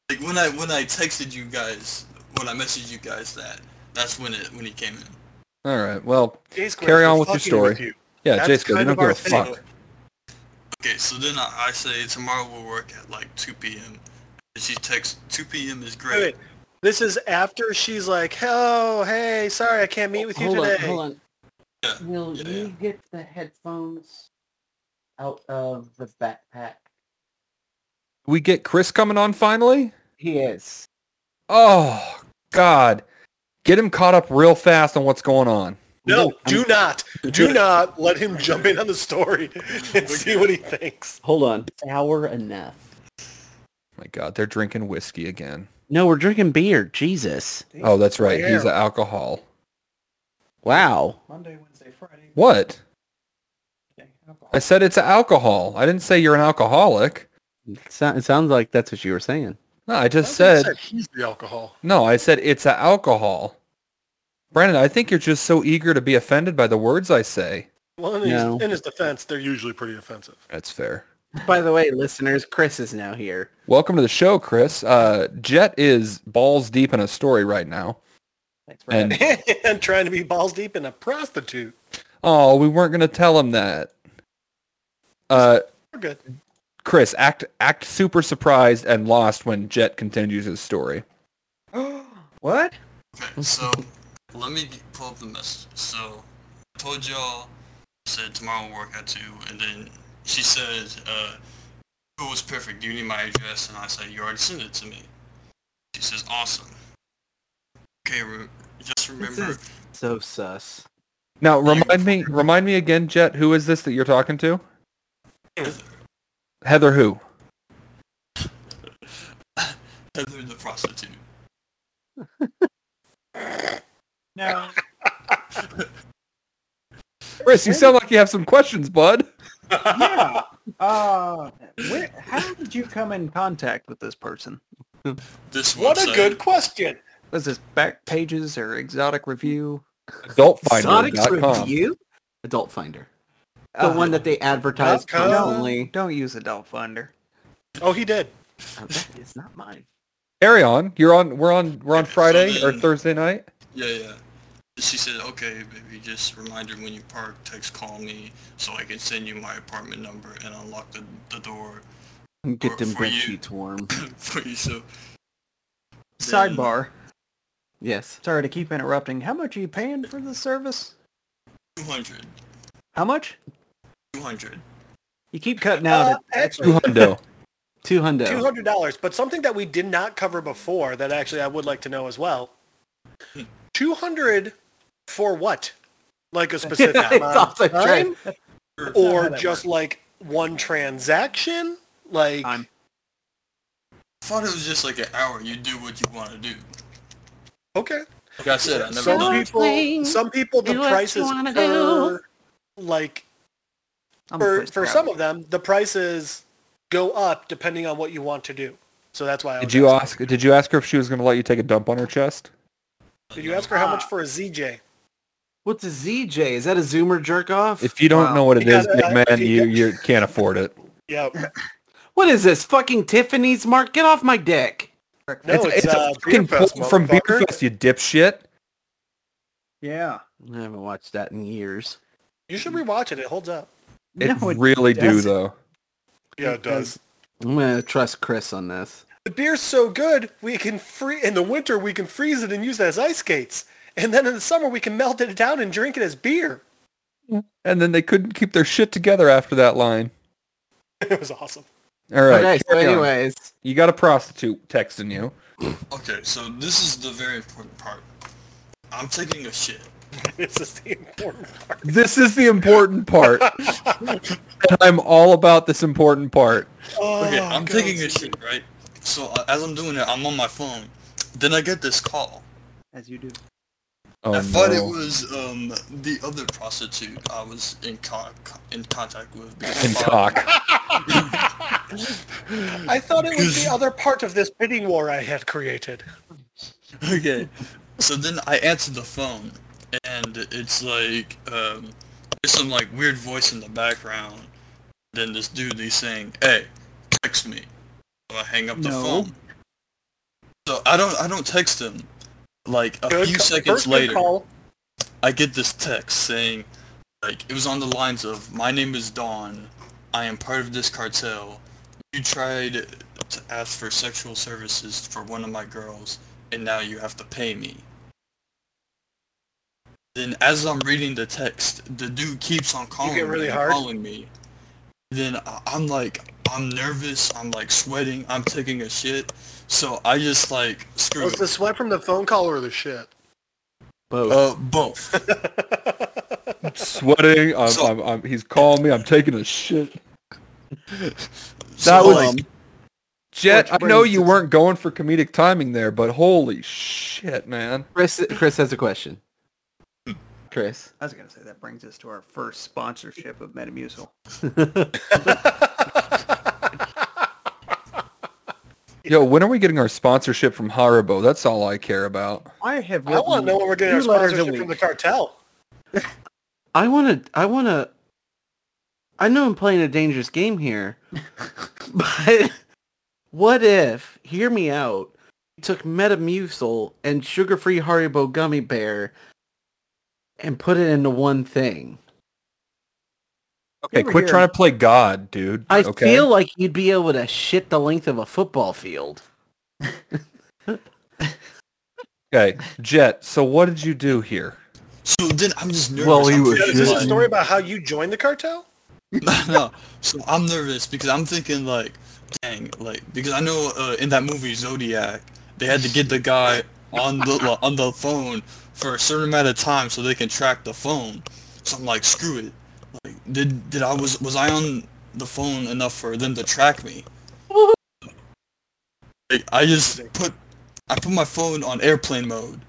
S4: Like when I when I texted you guys, when I messaged you guys that, that's when it when he came in.
S2: All right, well,
S3: J Squared,
S2: Carry
S3: we're
S2: on with your
S3: fucking
S2: story.
S3: you.
S2: yeah,
S3: That's
S2: Jay Scott, you
S3: kind
S2: don't
S3: of
S2: give
S3: our
S2: a
S3: thing.
S2: fuck.
S4: Okay, so then I, I say tomorrow we'll work at like 2 p.m. And she texts 2 p.m. is
S3: Wait,
S4: great.
S3: wait. This is after she's like, "Oh, hey, sorry, I can't meet with you
S6: hold
S3: today."
S6: on, hold on.
S4: Yeah,
S6: Will
S4: yeah,
S6: you get the headphones out of the backpack?
S2: We get Chris coming on finally.
S6: He is.
S2: Oh God, get him caught up real fast on what's going on.
S3: No, do not, do not let him jump in on the story [LAUGHS] and see what he thinks.
S5: Hold on.
S6: Sour enough.
S2: My God, they're drinking whiskey again.
S5: No, we're drinking beer. Jesus.
S2: Oh, that's right, he's
S3: Where?
S2: an alcohol.
S5: Wow.
S6: Monday, Wednesday, Friday.
S2: What? I said it's alcohol. I didn't say you're an alcoholic.
S5: So, it sounds like that's what you were saying.
S2: No, I just
S3: I
S2: said
S3: said he's the alcohol.
S2: No, I said it's a alcohol. Brandon, I think you're just so eager to be offended by the words I say.
S3: Well, in his,
S5: No.
S3: in his defense, they're usually pretty offensive. [LAUGHS]
S2: That's fair.
S5: By the way, listeners, Chris is now here.
S2: Welcome to the show, Chris. Uh, Jet is balls deep in a story right now.
S6: Thanks for
S2: And
S3: and trying to be balls deep in a prostitute.
S2: [LAUGHS] oh, we weren't going to tell him that. Uh,
S3: We're good.
S2: Chris, act act super surprised and lost when Jet continues his story.
S5: What?
S4: Okay, so let me g- pull up the message. So I told y'all, said tomorrow we'll work at 2, and then she says, uh, it was perfect. Do you need my address? And I said, you already sent it to me. She says, awesome. Okay, re- just remember,
S5: is- So sus.
S2: Now remind me, remind me again, Jet. Who is this that you're talking to? Heather, who?
S4: Heather the prostitute.
S6: No.
S2: Chris, you sound like you have some questions, bud.
S6: yeah. Uh, where, how did you come in
S5: Contact with this person.
S4: This
S3: What a
S4: website-
S3: good question.
S5: Was this back pages or exotic review?
S2: Adultfinder.com.
S5: review? Adult Finder. The one that they advertise
S3: dot com?
S5: constantly. Don't use Adult Finder.
S3: Oh, he did.
S5: That is not mine.
S2: Carry on. You're on. We're on. We're on
S4: so
S2: Friday or
S4: then-
S2: Thursday night.
S4: Yeah, yeah. She said, okay, baby, just remind her when you park, text call me so I can send you my apartment number and unlock the, the door [COUGHS]
S5: Get
S4: For-
S5: them
S4: for
S5: bed
S4: you.
S5: sheets warm.
S4: for you. So
S7: Sidebar.
S5: Yes.
S7: Sorry to keep interrupting. How much are you paying for this service?
S4: 200.
S7: How much?
S4: 200.
S7: You keep cutting out
S3: Uh,
S7: at
S3: actually,
S2: Two hundo.
S5: Two hundo.
S3: two hundred dollars. But something that we did not cover before that actually I would like to know as well. Two hundred for what? like a specific
S5: It's
S3: amount
S5: also
S3: of
S5: true.
S3: time,
S7: That's not how
S3: or
S7: that
S3: just like one transaction. Like
S7: Time.
S4: I thought it was just like an hour. You do what you want to do.
S3: okay,
S4: Like I said, I never
S3: some
S4: done it.
S3: people, some people, the
S6: do what you
S3: prices
S6: wanna
S3: per like
S7: I'm a
S3: for
S7: place
S3: for
S7: crowd.
S3: some of them, the prices go up depending on what you want to do. So that's why I
S2: Did
S3: was
S2: you
S3: asking.
S2: ask? Did you ask her if she was going to let you take a dump on her chest?
S3: Did you ask her how
S4: ah.
S3: much for a ZJ?
S5: What's a ZJ? Is that a Zoomer jerk off?
S2: If you don't
S7: Wow.
S2: know what it
S3: You
S2: is,
S3: gotta-
S2: big man, you
S3: you got-
S2: you can't afford it.
S3: [LAUGHS] Yeah,
S5: What is this? Fucking Tiffany's Mark? Get off my dick.
S3: no, it's,
S2: it's,
S3: uh,
S2: a fucking
S3: Beer Fest,
S2: pull from
S3: motherfucker.
S2: Beerfest, you dipshit.
S7: Yeah.
S5: I haven't watched that in years.
S3: You should rewatch it. It holds up.
S2: It
S7: No, it
S2: really do
S7: doesn't.
S2: though.
S3: Yeah,
S7: it does.
S5: I'm gonna trust Chris on this.
S3: The beer's so good, we can free in the winter we can freeze it and use it as ice skates, and then in the summer we can melt it down and drink it as beer. [LAUGHS]
S2: And then they couldn't keep their shit together after that line.
S3: It was awesome. [LAUGHS]
S2: All right.
S5: okay, so
S2: carry on.
S5: anyways,
S2: you got a prostitute texting you.
S4: Okay, so this is the very important part. I'm taking a shit.
S3: This is the important part.
S2: This is the important part. And I'm all about this important part.
S4: Okay,
S3: Oh,
S4: I'm
S3: God.
S4: taking a shit, right? So uh, as I'm doing it, I'm on my phone. Then I get this call.
S7: As you do.
S2: Oh,
S4: I thought it
S2: no.
S4: was um, the other prostitute I was in co- co- in contact with. because
S2: And
S4: I-
S2: cock.
S3: I thought it was the other part of this bidding war I had created.
S4: [LAUGHS] Okay. So then I answer the phone, and it's like um, there's some like weird voice in the background. Then this dude he's saying, "Hey, text me." So I hang up the
S7: No.
S4: phone. So I don't I don't text him. Like a
S3: Good
S4: few
S3: co- first
S4: seconds
S3: good
S4: later,
S3: call.
S4: I get this text saying, like it was on the lines of, "My name is Dawn. I am part of this cartel. You tried to ask for sexual services for one of my girls, and now you have to pay me." Then, as I'm reading the text, the dude keeps on calling
S3: get really
S4: me, and
S3: hard?
S4: calling me. Then I- I'm like, I'm nervous. I'm like sweating. I'm taking a shit. So I just like screw
S3: Was
S4: it.
S3: the sweat from the phone call or the shit? [LAUGHS]
S5: both.
S4: Uh, both.
S2: Sweating. I'm,
S4: So-
S2: I'm, I'm, he's calling me. I'm taking a shit.
S4: So,
S2: was-
S5: um,
S4: like,
S2: Jet,
S7: Which
S2: I know
S7: brings
S2: you
S7: us-
S2: weren't going for comedic timing there, but holy shit, man.
S5: Chris, Chris has a question. Chris,
S7: I was gonna say that brings us to our first sponsorship of Metamucil.
S2: Yo, when are we getting our sponsorship from Haribo? That's all I care about.
S7: I have
S3: I want to know when we're getting our
S7: two letters a
S3: sponsorship from the
S7: week.
S3: cartel.
S5: I wanna, I wanna, I know I'm playing a dangerous game [LAUGHS] here, but what if? Hear me out. you Took Metamucil and sugar-free Haribo gummy bear, and put it into one thing.
S2: Okay,
S7: over
S2: quit
S7: here.
S2: trying to play God, dude.
S5: I
S2: okay?
S5: feel like you'd be able to shit the length of a football field.
S2: Okay, Jet, so what did you do here?
S4: so then I'm just nervous.
S5: Well, he
S4: I'm
S5: was
S4: thinking,
S3: Is this
S4: like-
S3: a story about how you joined the cartel?
S4: [LAUGHS] no, so I'm nervous because I'm thinking like, dang, like because I know uh, in that movie Zodiac, they had to get the guy on the on the phone for a certain amount of time so they can track the phone. So I'm like, screw it. Like, did did I was was I on the phone enough for them to track me? Like, I just put I put my phone on airplane mode.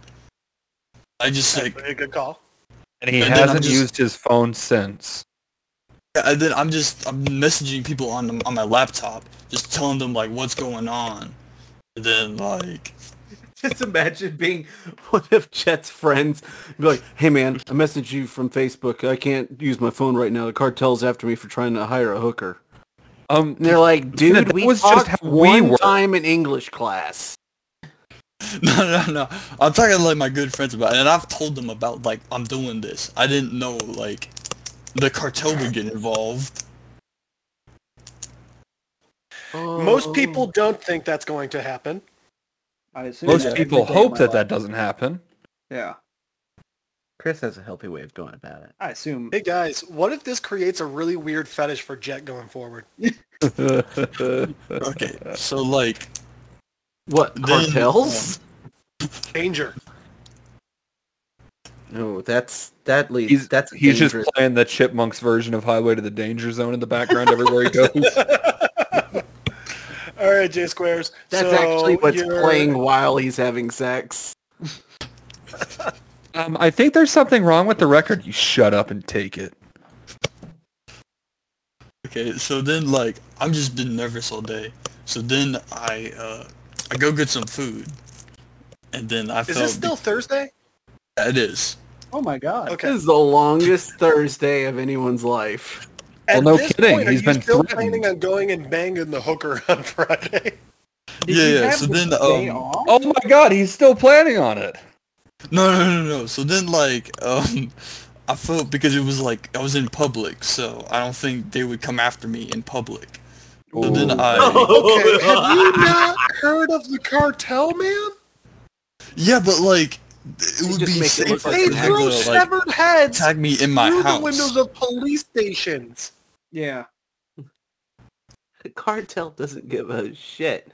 S4: I just like
S3: A good call.
S2: And he
S4: And then I'm
S2: hasn't
S4: just-
S2: used his phone since.
S4: And then I'm just I'm messaging people on on my laptop, just telling them like what's going on. And then like [LAUGHS]
S5: [LAUGHS] Just imagine being one of Chet's friends. Be like, hey man, I messaged you from Facebook. I can't use my phone right now. The cartel's after me for trying to hire a hooker.
S2: Um,
S5: And they're like, dude,
S2: that
S5: we
S2: was just
S5: talked
S2: how we
S5: one
S2: were."
S5: time in English class.
S4: no no no, I'm talking to like my good friends about it, and I've told them about like I'm doing this. I didn't know like the cartel would get involved.
S3: Most people don't think that's going to happen.
S7: I assume
S2: most
S7: that
S2: people
S7: every day of
S2: hope
S7: my
S2: that that
S7: life.
S2: doesn't happen.
S7: Yeah,
S5: Chris has a healthy way of going about it.
S7: I assume.
S3: Hey guys, what if this creates a really weird fetish for Jet going forward?
S4: Okay, so like
S5: What
S4: Then-
S5: cartels?
S3: Danger.
S5: Oh, that's that leads.
S2: He's
S5: that's
S2: he's just
S5: dangerous.
S2: playing the Chipmunks version of Highway to the Danger Zone in the background everywhere he goes.
S3: All right, J Squares.
S5: That's
S3: so
S5: actually what's
S3: you're-
S5: playing while he's having sex.
S2: um, I think there's something wrong with the record. You shut up and take it.
S4: Okay, so then like I've just been nervous all day. So then I uh I go get some food, and then I
S3: Is
S4: felt
S3: this still Thursday?
S4: it is.
S5: Oh my god!
S3: Okay.
S5: This is the longest Thursday of anyone's life.
S2: Well,
S3: At
S2: no
S3: this
S2: kidding,
S3: Point, are
S2: he's
S3: you
S2: been
S3: still
S2: threatened.
S3: planning on going and banging the hooker [LAUGHS] on Friday?
S4: Yeah, yeah. So then um,
S2: Oh my God, he's still planning on it.
S4: No, no, no, no. So then, like, um, I felt because it was like I was in public, so I don't think they would come after me in public. So then
S3: [LAUGHS]
S4: I,
S3: Okay,
S4: [LAUGHS]
S3: have you not heard of the cartel, man?
S4: yeah, but like, it would
S5: just
S4: be
S5: make it look
S4: safer
S5: like
S3: They
S4: to have
S3: threw
S4: the, like
S3: severed heads
S4: tag me in my
S3: through the
S4: house.
S3: windows of police stations.
S7: Yeah.
S5: The cartel doesn't give a shit.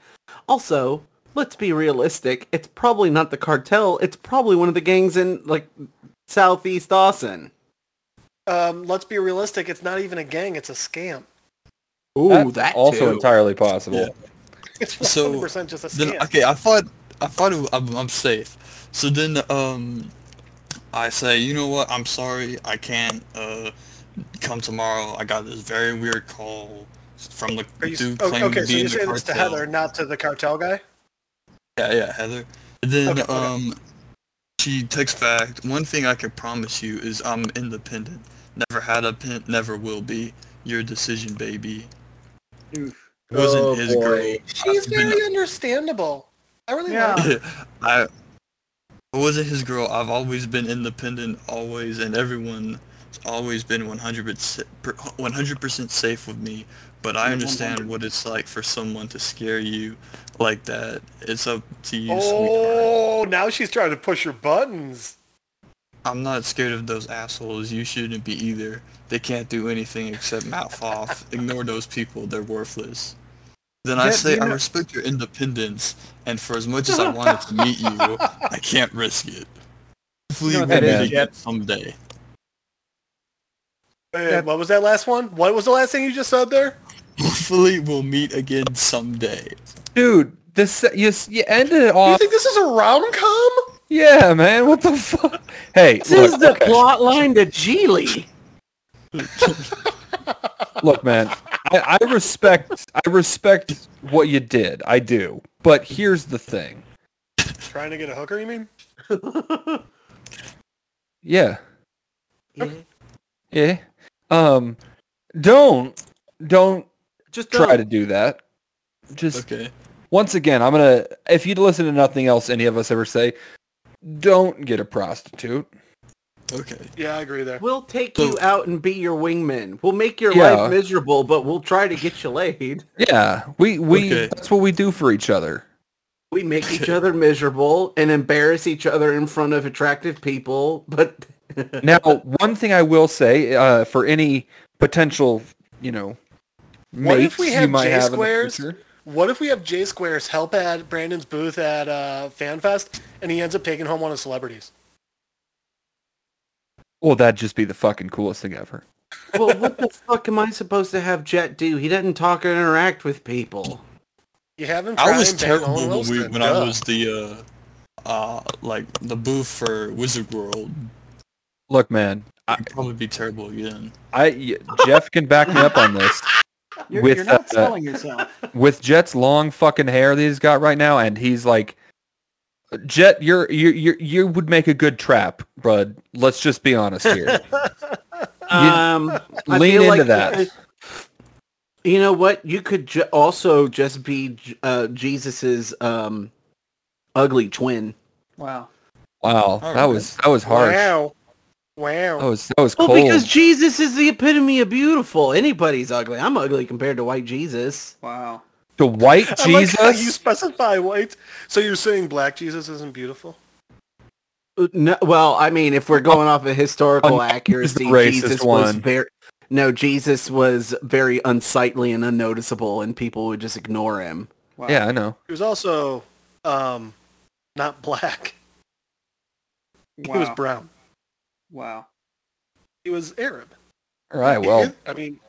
S5: Also, let's be realistic. It's probably not the cartel. It's probably one of the gangs in like Southeast Austin.
S3: Um, let's be realistic. It's not even a gang. It's a scam.
S5: Ooh,
S2: That's
S5: that
S2: also
S5: too.
S2: entirely possible.
S4: Yeah.
S3: It's
S4: [LAUGHS] So,
S3: 100% just a scam.
S4: Then okay, I thought I thought it, I'm, I'm safe. So then, um, I say, you know what? I'm sorry, I can't uh come tomorrow. I got this very weird call from the
S3: Are you,
S4: dude
S3: okay,
S4: claiming
S3: okay,
S4: to
S3: so
S4: be in
S3: you're
S4: the
S3: saying
S4: cartel.
S3: this to Heather, not to the cartel guy?
S4: Yeah, yeah, Heather. And then
S3: Okay, okay.
S4: um, she texts back. One thing I can promise you is I'm independent. Never had a pimp, never will be. Your decision, baby. Wasn't
S5: Oh,
S4: his
S5: boy.
S3: She's
S4: been-
S3: very understandable. I really
S7: Yeah.
S3: like her.
S4: girl. [LAUGHS] I I wasn't his girl. I've always been independent, always, and everyone's always been 100% per- 100% safe with me. But I understand what it's like for someone to scare you like that. It's up to you, sweetheart.
S3: Oh, now she's trying to push your buttons.
S4: I'm not scared of those assholes. You shouldn't be either. They can't do anything except mouth off. Ignore those people. They're worthless. Then I
S7: Yeah,
S4: say
S7: you
S4: I
S7: know-
S4: respect your independence, and for as much as I wanted to meet you, I can't risk it. Hopefully
S7: You know what
S4: we'll
S7: that
S4: meet
S2: is,
S4: again someday.
S3: Hey,
S7: That-
S3: what was that last one? What was the last thing you just said there?
S4: Hopefully we'll meet again someday.
S2: Dude, this you, s- you ended it
S3: you
S2: off.
S3: think this is a rom-com?
S2: Yeah, man, what the fuck? Hey,
S5: This
S2: look,
S5: is the
S2: okay,
S5: plot line to Geely.
S2: look, man, I, I respect I respect what you did. I do, but here's the thing.
S3: Trying to get a hooker, you mean?
S2: Yeah.
S5: Mm-hmm.
S2: Yeah. Um, don't don't
S5: Just
S2: try
S5: don't.
S2: to do that. Just
S4: Okay.
S2: once again, I'm gonna. If you listen to nothing else any of us ever say, don't get a prostitute.
S4: Okay.
S3: Yeah, I agree there.
S5: We'll take you out and be your wingman. We'll make your
S2: Yeah.
S5: life miserable, but we'll try to get you laid.
S2: Yeah, we we
S4: Okay.
S2: that's what we do for each other.
S5: We make each other miserable and embarrass each other in front of attractive people, but
S2: Now, one thing I will say uh, for any potential, you know, mates
S3: What if we
S2: you
S3: have
S2: might have in the
S3: J-squares?
S2: future-
S3: What if we have J Squares help at Brandon's booth at uh, FanFest, and he ends up taking home one of the celebrities?
S2: Well, that'd just be the fucking coolest thing ever.
S5: well,
S2: [LAUGHS]
S5: what the fuck am I supposed to have Jet do? He doesn't talk or interact with people.
S3: You have him. try
S4: I was
S3: and bang
S4: terrible
S3: Owen
S4: when, we,
S3: Wilson,
S4: when I
S3: duh.
S4: was the uh, uh, like the booth for Wizard World.
S2: Look, man, I,
S4: I'd probably be terrible again.
S2: I y- Jeff can back me up on this.
S7: You're,
S2: With,
S7: you're not
S2: uh,
S7: selling yourself.
S2: With Jet's long fucking hair that he's got right now, and he's like, Jet, you're you you you would make a good trap, bud. Let's just be honest
S3: [LAUGHS]
S2: here.
S5: Um, [LAUGHS] I
S2: lean
S5: feel
S2: into
S5: like-
S2: that.
S5: You know what? You could ju- also just be J- uh, Jesus's um, ugly twin.
S7: Wow.
S2: Wow,
S4: All
S2: that
S4: right.
S2: was that was harsh.
S3: Wow, wow. [LAUGHS]
S2: That was that was
S5: Well,
S2: cold.
S5: because Jesus is the epitome of beautiful. Anybody's ugly. I'm ugly compared to white Jesus.
S7: Wow.
S2: the white
S3: I like
S2: Jesus.
S3: how you specify white. So you're saying black Jesus isn't beautiful?
S5: Uh, No, well, I mean, if we're going off of [LAUGHS] historical
S2: Un- he's the
S5: accuracy,
S2: racist
S5: Jesus was
S2: one.
S5: very no. Jesus was very unsightly and unnoticeable, and people would just ignore him.
S7: Wow.
S2: Yeah, I know.
S3: He was also um, not black. [LAUGHS] He was
S7: Wow.
S3: brown.
S7: Wow.
S3: He was Arab.
S2: All right. Well,
S3: I mean,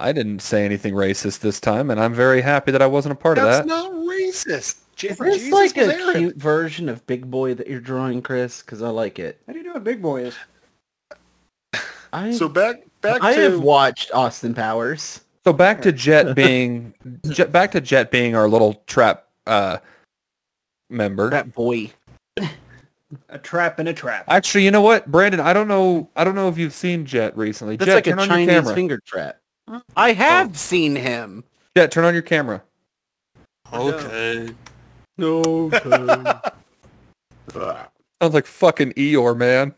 S2: I didn't say anything racist this time, and I'm very happy that I wasn't a part of
S3: that's
S2: that.
S3: not racist. Je-
S5: Is this
S3: Jesus
S5: like
S3: was
S5: a
S3: Arab.
S5: cute version of Big Boy that you're drawing, Chris? Because I like it.
S7: How do you know what Big Boy is?
S5: I
S3: So back back
S5: I
S3: to
S5: have watched Austin Powers.
S2: So back to Jet being Jet, back to Jet being our little trap uh, member.
S5: That boy.
S7: A trap in a trap.
S2: Actually, you know what, Brandon? I don't know. I don't know if you've seen Jet recently.
S5: That's
S2: Jet,
S5: like
S2: turn
S5: a
S2: on your
S5: Chinese
S2: camera.
S5: finger trap.
S7: Oh.
S5: I have seen him.
S2: Jet, turn on your camera.
S4: Okay.
S5: [LAUGHS] No.
S2: Sounds like fucking Eeyore, man.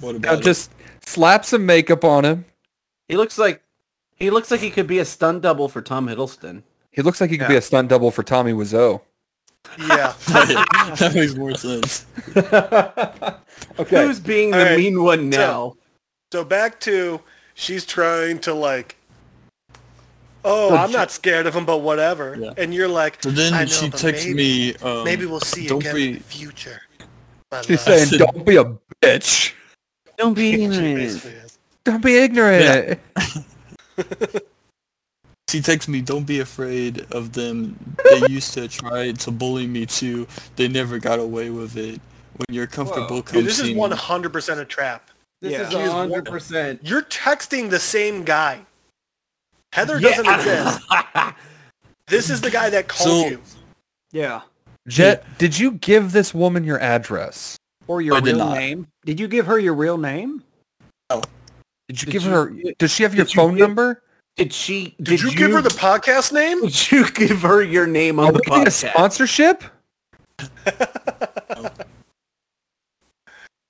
S4: What
S2: Now
S4: about it?
S2: just slap some makeup on him.
S5: he looks like he looks like he could be a stunt double for Tom Hiddleston.
S2: He looks like he could be a stunt double for Tommy Wiseau.
S3: [LAUGHS] yeah.
S4: [LAUGHS] that makes more sense.
S2: Okay.
S5: Who's being the
S3: All right.
S5: mean one
S3: So-
S5: now?
S3: So back to she's trying to like, oh,
S5: So
S3: I'm
S5: Je-
S3: not scared of him, but whatever.
S4: Yeah.
S3: And you're like,
S4: So then
S3: I know,
S4: she
S3: but
S4: texts
S3: maybe-
S4: me. Um,
S3: maybe we'll see
S4: don't
S3: again in
S4: be-
S3: the future. uh, my
S2: She's
S3: love.
S2: saying, "Don't be a bitch.
S5: Don't be
S3: She
S4: Hmm.
S5: ignorant.
S3: basically is.
S2: Don't be ignorant."
S4: She texts me, "Don't be afraid of them. They used to try to bully me too. They never got away with it. When you're comfortable, come
S3: Dude, this
S4: see
S3: is
S4: me."
S3: 100% a trap.
S5: This
S7: Yeah.
S5: is
S7: She
S5: is
S3: is one-
S5: hundred percent.
S3: You're texting the same guy. Heather doesn't exist. [LAUGHS] This is the guy that called
S4: So-
S3: you.
S7: Yeah.
S2: Jet, did you give this woman your address?
S7: Or your
S4: I did
S7: real
S4: not.
S7: name. Did you give her your real name?
S2: Did you
S5: Did
S2: give
S5: you-
S2: her? Does she have your
S5: did you
S2: phone
S5: give-
S2: number?
S5: Did she?
S3: Did, you, give her the podcast name?
S4: [LAUGHS]
S5: [LAUGHS] Did you give her your name
S2: Are
S5: on
S2: Oh, we
S5: the
S2: getting a
S5: podcast?
S2: sponsorship?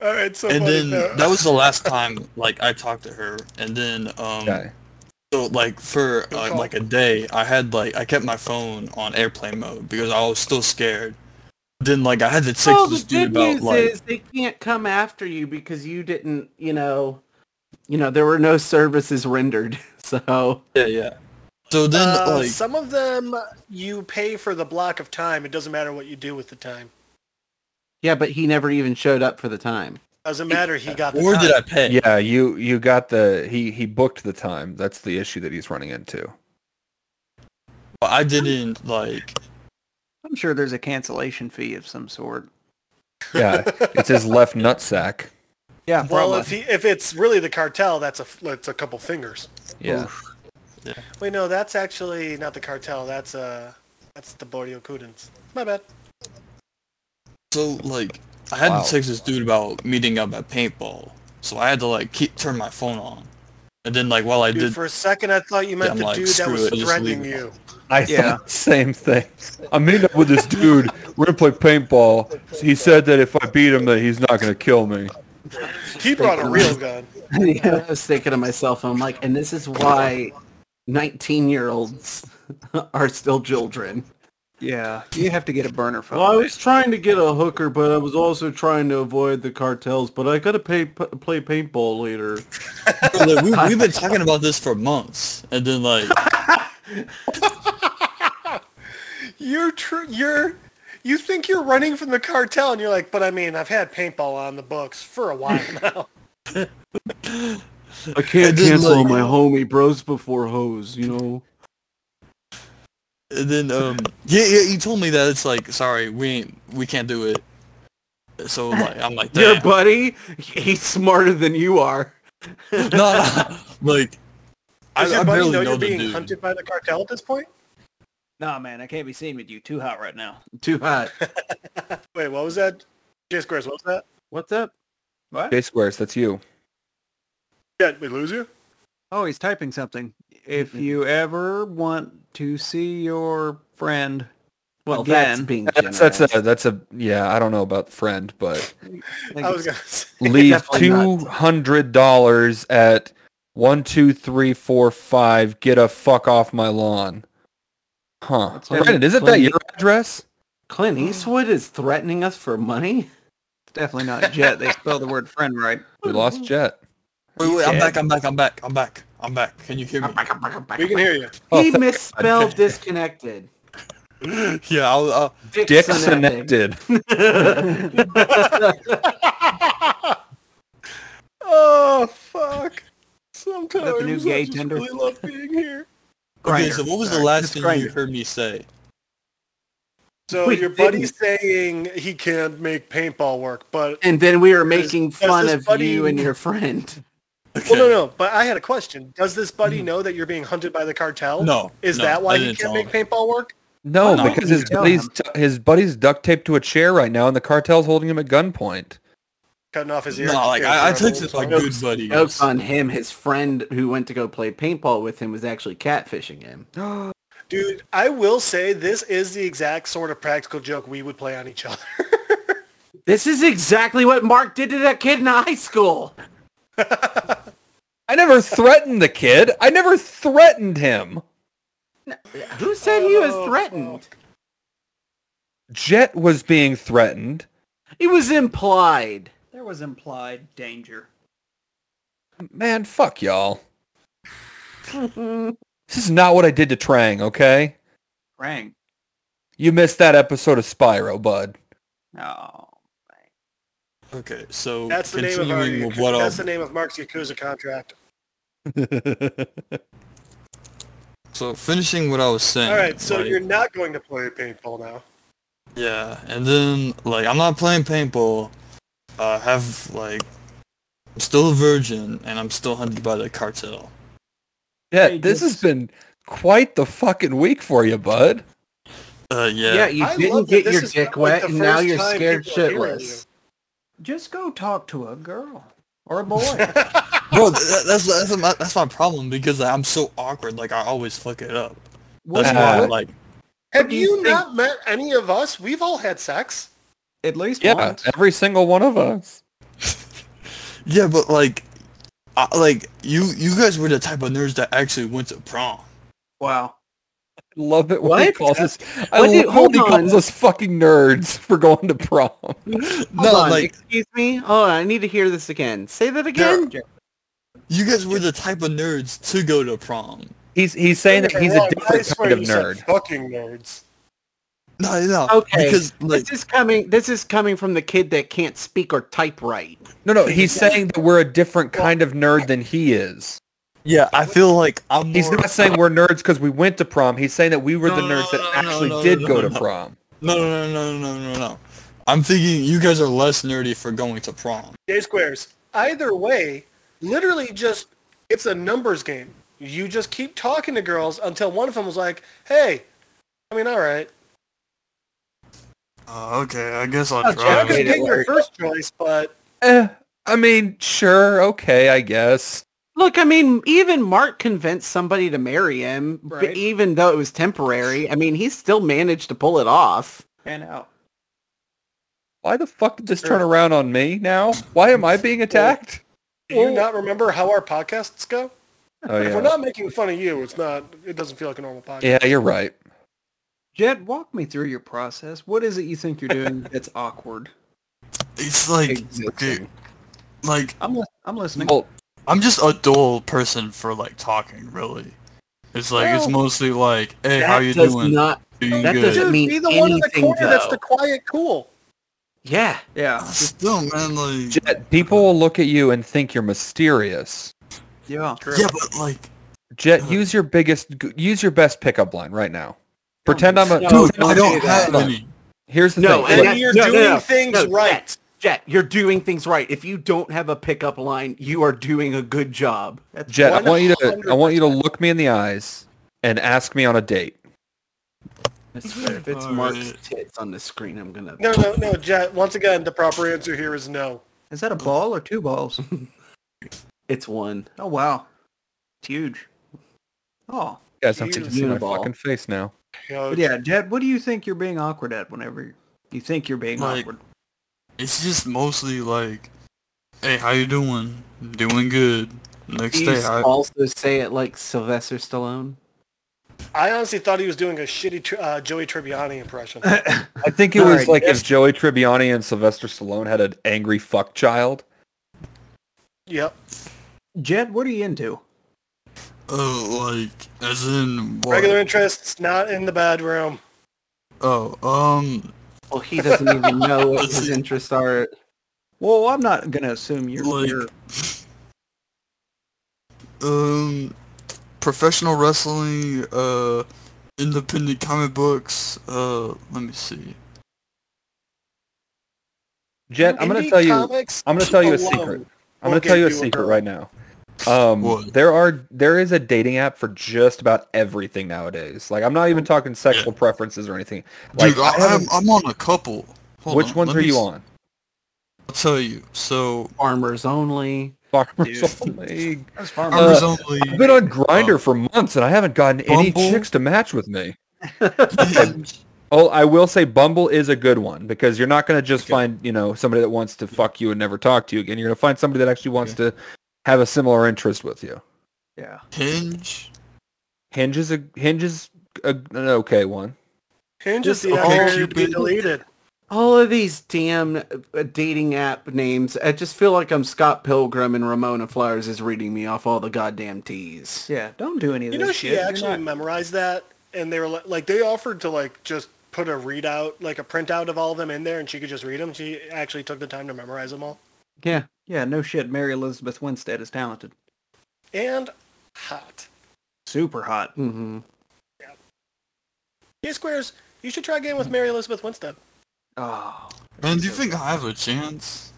S3: All right, so
S4: and
S3: funny,
S4: then
S3: no.
S4: that was
S3: [LAUGHS]
S4: the last time like I talked to her. And then um,
S2: Okay.
S4: so like for uh, like a day, I had like I kept my phone on airplane mode because I was still scared. Then like I had to text
S5: Oh,
S4: this
S5: the
S4: dude
S5: good
S4: about
S5: news
S4: like
S5: is they can't come after you because you didn't. You know, you know there were no services rendered. [LAUGHS] So
S4: yeah yeah. So then
S3: Uh,
S4: like
S3: some of them you pay for the block of time. It doesn't matter what you do with the time.
S5: yeah, but he never even showed up for
S4: [LAUGHS]
S5: the time.
S3: Doesn't matter. He got the
S4: where
S3: time.
S4: did I pay?
S2: Yeah, you you got the he he booked the time. That's the issue that he's running into.
S4: But I didn't like
S7: I'm sure there's a cancellation fee of some sort.
S2: Yeah, it's [LAUGHS] his left nutsack.
S7: Yeah,
S3: Well, if he, if it's really the cartel, that's a that's a couple fingers.
S2: Yeah.
S3: Wait, no, that's actually not the cartel. That's uh that's the Bordio Kudins. My bad.
S4: So like, I had
S2: Wow.
S4: to text this dude about meeting up at paintball. So I had to like keep turn my phone on, and then like while I
S3: Dude,
S4: did,
S3: for a second I thought you meant
S4: I'm
S3: the
S4: like,
S3: dude that
S4: screw
S3: was
S4: it, just
S3: threatening
S4: leave it.
S3: you.
S2: I
S7: Yeah.
S2: thought the same thing. I'm meeting up with this dude. We're gonna play paintball. He said that if I beat him, that he's not gonna kill me.
S3: He brought a real gun.
S5: Yeah, I was thinking to myself, I'm like, and this is why 19 year olds [LAUGHS] are still children.
S7: yeah, you have to get a burner phone.
S5: Well, I was trying to get a hooker, but I was also trying to avoid the cartels. But I gotta pay, p- play paintball later.
S4: like, we, we've
S2: [LAUGHS]
S4: been talking about this for months, and then like,
S3: You're true. You're you think you're running from the cartel, and you're like, but I mean, I've had paintball on the books for a
S4: [LAUGHS]
S3: while now.
S5: I can't
S4: It is
S5: cancel
S4: like-
S5: my homie bros before hoes, you know.
S4: and then um, yeah, yeah, you told me that it's like, sorry, we ain't, we can't do it. So like, I'm like,
S5: Your
S4: damn,
S5: buddy, he's smarter than you are.
S4: [LAUGHS] no, no, like, I,
S3: Does your buddy
S4: I barely
S3: know
S4: know,
S3: you're
S4: the
S3: being
S4: dude.
S3: hunted by the cartel at this point?
S7: Nah, man, I can't be seen with you. Too hot right now.
S5: Too
S3: [LAUGHS]
S5: hot.
S3: Wait, what was that? J squares, what was that?
S5: What's up?
S7: What?
S2: J squares, that's you.
S3: Yeah, we lose you.
S7: Oh, he's typing something. If you ever want to see your friend,
S5: Well, that's
S7: again,
S5: being
S2: That's
S5: generous.
S2: that's a that's a yeah. I don't know about friend, but
S7: like,
S3: I was gonna [LAUGHS] say.
S2: leave
S5: Definitely
S2: two
S5: not.
S2: hundred dollars at one two three four five. Get a fuck off my lawn. Huh?
S5: That's
S2: Brandon,
S5: funny.
S2: isn't that your address?
S5: Clint
S7: Mm.
S5: Eastwood is threatening us for money.
S7: it's definitely not Jet. They spelled the word friend right.
S2: We lost Jet.
S4: Wait, wait, I'm
S7: Yeah.
S4: back, I'm back, I'm back, I'm back, I'm back. Can you hear me?
S3: We can hear you.
S2: Oh,
S5: he
S2: thank
S3: [LAUGHS]
S5: misspelled disconnected.
S4: [LAUGHS] yeah, I'll, I'll,
S2: Dixonected.
S3: oh fuck! Sometimes
S7: the new gay
S3: I just
S7: Tinder?
S3: really love being here.
S4: Okay,
S7: Grindr.
S4: so what was the
S7: Sorry,
S4: last
S7: just
S4: thing you
S7: Grindr.
S4: heard me say?
S3: So
S7: We
S3: your buddy's saying he can't make paintball work, but
S5: And then we were
S3: There's-
S5: making
S3: there's
S5: fun
S3: this
S5: of
S3: buddy-
S5: you and your friend.
S4: Okay. Hmm.
S3: well, no, no. But I had a question. Does this buddy know that you're being hunted by the cartel?
S4: No,
S3: Is
S4: no,
S3: that
S4: I
S3: why he
S4: didn't
S3: can't
S4: tell
S3: make paintball work?
S2: No,
S4: No,
S2: because
S7: you
S2: his
S7: tell
S2: buddy's
S7: him.
S2: t- his buddy's duct taped to a chair right now, and the cartel's holding him at gunpoint.
S3: Cutting off his ear.
S4: No, like
S3: ear
S4: I, I
S3: for a
S4: took this
S3: little
S4: like
S3: time.
S4: good buddy.
S5: Jokes on him. His friend who went to go play paintball with him was actually catfishing him.
S3: Dude, I will say this is the exact sort of practical joke we would play on each [LAUGHS] other.
S5: This is exactly what Mark did to that kid in high school.
S2: I never threatened the kid. I never threatened him.
S5: Who said he was
S3: Oh,
S5: threatened?
S2: Jet was being threatened.
S5: It was implied.
S7: There was implied danger.
S2: Man, fuck
S5: [LAUGHS]
S2: y'all. This is not what I did to Trang, okay?
S7: Rang.
S2: You missed that episode of Spyro, bud.
S7: Oh.
S4: Okay, so
S3: That's the name of our. [LAUGHS]
S4: continuing with what I'll-
S3: That's the name of Mark's Yakuza contract.
S4: so finishing what I was saying.
S3: All right, so
S4: like-
S3: you're not going to play paintball now.
S4: Yeah, and then like I'm not playing paintball. I have like I'm still a virgin and I'm still hunted by the cartel.
S2: yeah,
S7: Hey,
S2: this
S7: just-
S2: has been quite the fucking week for you, bud.
S4: Uh
S5: Yeah,
S4: yeah.
S5: you
S3: I
S5: didn't
S3: love that
S5: get
S3: this
S5: your
S3: is like
S5: dick wet,
S3: the
S5: and now
S3: first
S5: you're
S3: time
S5: scared
S3: people are hearing
S5: shitless.
S7: Just go talk to a girl or a
S5: [LAUGHS]
S7: boy.
S4: Bro, that, that's that's my, that's my problem because I'm so awkward. Like I always fuck it up. That's
S2: Uh,
S4: why like
S3: Have
S7: do
S3: you,
S7: you think-
S3: not met any of us? We've all had sex.
S7: At least
S2: Yeah,
S7: once.
S2: every single one of us.
S4: yeah, but like I, like you you guys were the type of nerds that actually went to prom.
S7: Wow.
S2: Love it when he
S5: What?
S2: calls us. I
S5: What
S2: love
S5: do you-
S2: it when
S5: hold
S2: he calls
S5: on.
S2: us fucking nerds [LAUGHS] for going to prom.
S4: No,
S5: Hold on,
S4: like
S5: excuse me. Hold on, I need to hear this again. Say that again.
S4: you guys were the type of nerds to go to prom.
S2: He's he's saying that he's a
S3: Wrong. I
S2: different
S3: swear
S2: kind of
S3: you said
S2: nerd.
S3: Fucking nerds.
S4: No, no.
S5: Okay,
S4: Because like
S5: this is coming. This is coming from the kid that can't speak or type right.
S2: No, no, he's saying that we're a different kind of nerd than he is.
S4: yeah, I feel like I'm
S2: He's
S4: more-
S2: not saying we're nerds because we went to prom. He's saying that we were the
S4: No, no,
S2: nerds that
S4: no, no,
S2: actually
S4: no,
S2: did
S4: no,
S2: go
S4: no,
S2: to
S4: no.
S2: prom.
S4: [LAUGHS] No, no, no, no, no, no, no. I'm thinking you guys are less nerdy for going to prom.
S3: J squares. Either way, literally just it's a numbers game. You just keep talking to girls until one of them was like, "Hey, I mean, all right,
S4: Uh, okay, I guess
S5: Oh,
S4: I'll
S3: I'm not gonna take your first choice, but
S2: Eh, I mean, sure, okay, I guess.
S5: Look, I mean, even Mark convinced somebody to marry him, b-
S7: Right.
S5: even though it was temporary. I mean, he still managed to pull it off.
S7: Pan out.
S2: Why the fuck did this turn around on me now? Why am I being
S5: [LAUGHS]
S2: attacked?
S3: do you not remember how our podcasts go?
S2: Oh
S3: If we're
S2: yeah,
S3: not making fun of you, it's not. It doesn't feel like a normal podcast.
S2: yeah, you're right.
S7: Jed, walk me through your process. What is it you think you're doing that's awkward?
S4: It's like,
S5: Existing.
S4: like
S7: I'm, li- I'm listening.
S2: Well,
S4: I'm just a dull person for like talking. Really, it's like it's
S7: Well,
S4: mostly like, hey, how
S5: That
S4: you
S5: does
S4: doing?
S5: Not,
S4: Doing
S5: that
S4: good.
S5: doesn't-
S3: Dude,
S5: mean
S3: be the one in the
S5: anything,
S3: corner that's
S5: though.
S3: the quiet cool.
S5: yeah.
S7: yeah.
S4: Still, man, like
S2: Jet, people will look at you and think you're mysterious.
S7: Yeah.
S4: yeah, but like,
S2: Jet, use your biggest, use your best pickup line right now. Pretend I'm a.
S5: Oh, No,
S4: dude,
S5: don't
S4: I don't
S5: do
S4: have
S2: that.
S4: any.
S2: Here's the
S5: No,
S2: thing.
S5: and
S2: Look,
S5: that-
S3: When you're
S5: no, no,
S3: doing
S5: no,
S3: things
S5: no,
S3: right.
S5: Jet, Jet, you're doing things right. If you don't have a pickup line, you are doing a good job. That's
S2: Jet, I
S5: one-
S2: want you to, I want you to look me in the eyes and ask me on a date.
S5: That's fair. If it's
S4: All
S5: Mark's
S4: right.
S5: tits on the screen, I'm gonna.
S3: No, no, no, Jet. Once again, the proper answer here is no.
S7: Is that a ball or two balls?
S5: [LAUGHS] It's one.
S7: Oh, wow. It's huge. Oh.
S2: You guys have to
S3: Use
S2: see my
S5: Uniball.
S2: fucking face
S5: [LAUGHS]
S2: now.
S3: You know,
S7: But yeah, Jed, what do you think you're being awkward at whenever you think you're being
S4: Like-
S7: awkward?
S4: It's just mostly like, hey, how you doing? Doing good. Next
S5: You
S4: day, I,
S5: also say it like Sylvester Stallone.
S3: I honestly thought he was doing a shitty tr- uh, Joey Tribbiani impression.
S2: I think it
S7: All
S2: was
S7: right,
S2: like if Joey Tribbiani and Sylvester Stallone had an angry fuck child.
S3: yep.
S7: Jed, what are you into?
S4: uh, like, as in what?
S3: Regular interests, not in the bedroom.
S4: Oh, um,
S7: Well, he doesn't even know
S4: [LAUGHS]
S7: what his interests are. Well, I'm not gonna assume you're.
S4: Like-
S7: you're-
S4: [LAUGHS] um, professional wrestling, uh, independent comic books. Uh, let me see.
S2: Jet, I'm gonna
S3: Indie
S2: tell you.
S3: comics
S2: I'm gonna tell you a
S3: alone
S2: secret. I'm gonna
S3: won't
S2: tell
S3: get
S2: you a
S3: you a
S2: secret
S3: girl.
S2: right now. Um,
S4: What?
S2: there are there is a dating app for just about everything nowadays. Like I'm not even talking sexual preferences or anything. Like,
S4: Dude, I,
S2: I
S4: I'm,
S2: haven't-
S4: I'm on a couple. Hold
S2: which
S4: on,
S2: ones
S4: let
S2: are
S4: me
S2: you
S4: s-
S2: on? [LAUGHS]
S4: I'll tell you. So,
S5: Farmers only.
S2: Farmers
S4: Dude.
S2: only.
S7: That's far more-
S4: farmers
S2: Uh, I've
S4: only.
S2: been on Grinder for months and I haven't gotten any
S4: Oh. Bumble?
S2: chicks to match with me.
S4: [LAUGHS]
S2: Oh, I will say Bumble is a good one because you're not going to just find, you know, somebody that wants to fuck you and never talk to you again. You're going to find somebody that actually wants to have a similar interest with you.
S7: yeah.
S4: Hinge.
S2: Hinge is a Hinge is a, an okay one.
S3: Hinge is
S7: This
S3: the app
S4: all
S3: that should be
S4: stupid-
S3: deleted.
S5: All of these damn uh, dating app names. I just feel like I'm Scott Pilgrim and Ramona Flowers is reading me off all the goddamn T's.
S7: Yeah. Don't do any of
S3: You
S7: this
S3: know,
S7: shit.
S3: she
S7: You're
S3: actually
S7: not-
S3: memorized that, and they were like, like, they offered to like just put a readout, like a printout of all of them in there, and she could just read them. She actually took the time to memorize them all,
S7: yeah. Yeah. No shit. Mary Elizabeth Winstead is talented.
S3: and hot.
S7: Super hot.
S5: Mm-hmm.
S3: Hey, Squares, you should try again with Mary Elizabeth Winstead.
S7: Oh.
S4: Man, do you think I have a chance?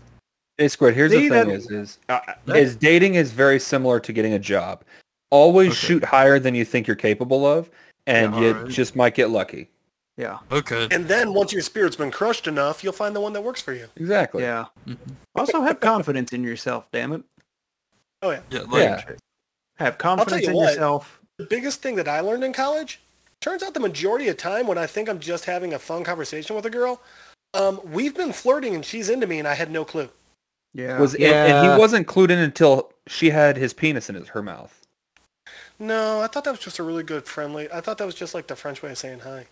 S2: Hey, Squid, here's
S7: See,
S2: the thing
S7: that-
S2: is, is, uh, is dating is very similar to getting a job. Always
S4: Okay.
S2: shoot higher than you think you're capable of, and
S4: Yeah,
S2: you
S4: alright.
S2: just might get lucky.
S7: Yeah.
S4: Okay.
S3: And then once your spirit's been crushed enough, you'll find the one that works for you.
S2: Exactly.
S3: [LAUGHS]
S7: Yeah.
S4: Mhm.
S7: Also, have confidence in yourself. Damn it.
S3: Oh,
S4: Yeah, like,
S2: Yeah.
S7: Have confidence
S3: you
S7: in
S3: what.
S7: yourself.
S3: The biggest thing that I learned in college turns out the majority of time when I think I'm just having a fun conversation with a girl, um, we've been flirting and she's into me and I had no clue.
S7: Yeah.
S2: Was And, and he wasn't clued in until she had his penis in his, her mouth.
S3: No, I thought that was just a really good friendly. I thought that was just like the French way of saying hi.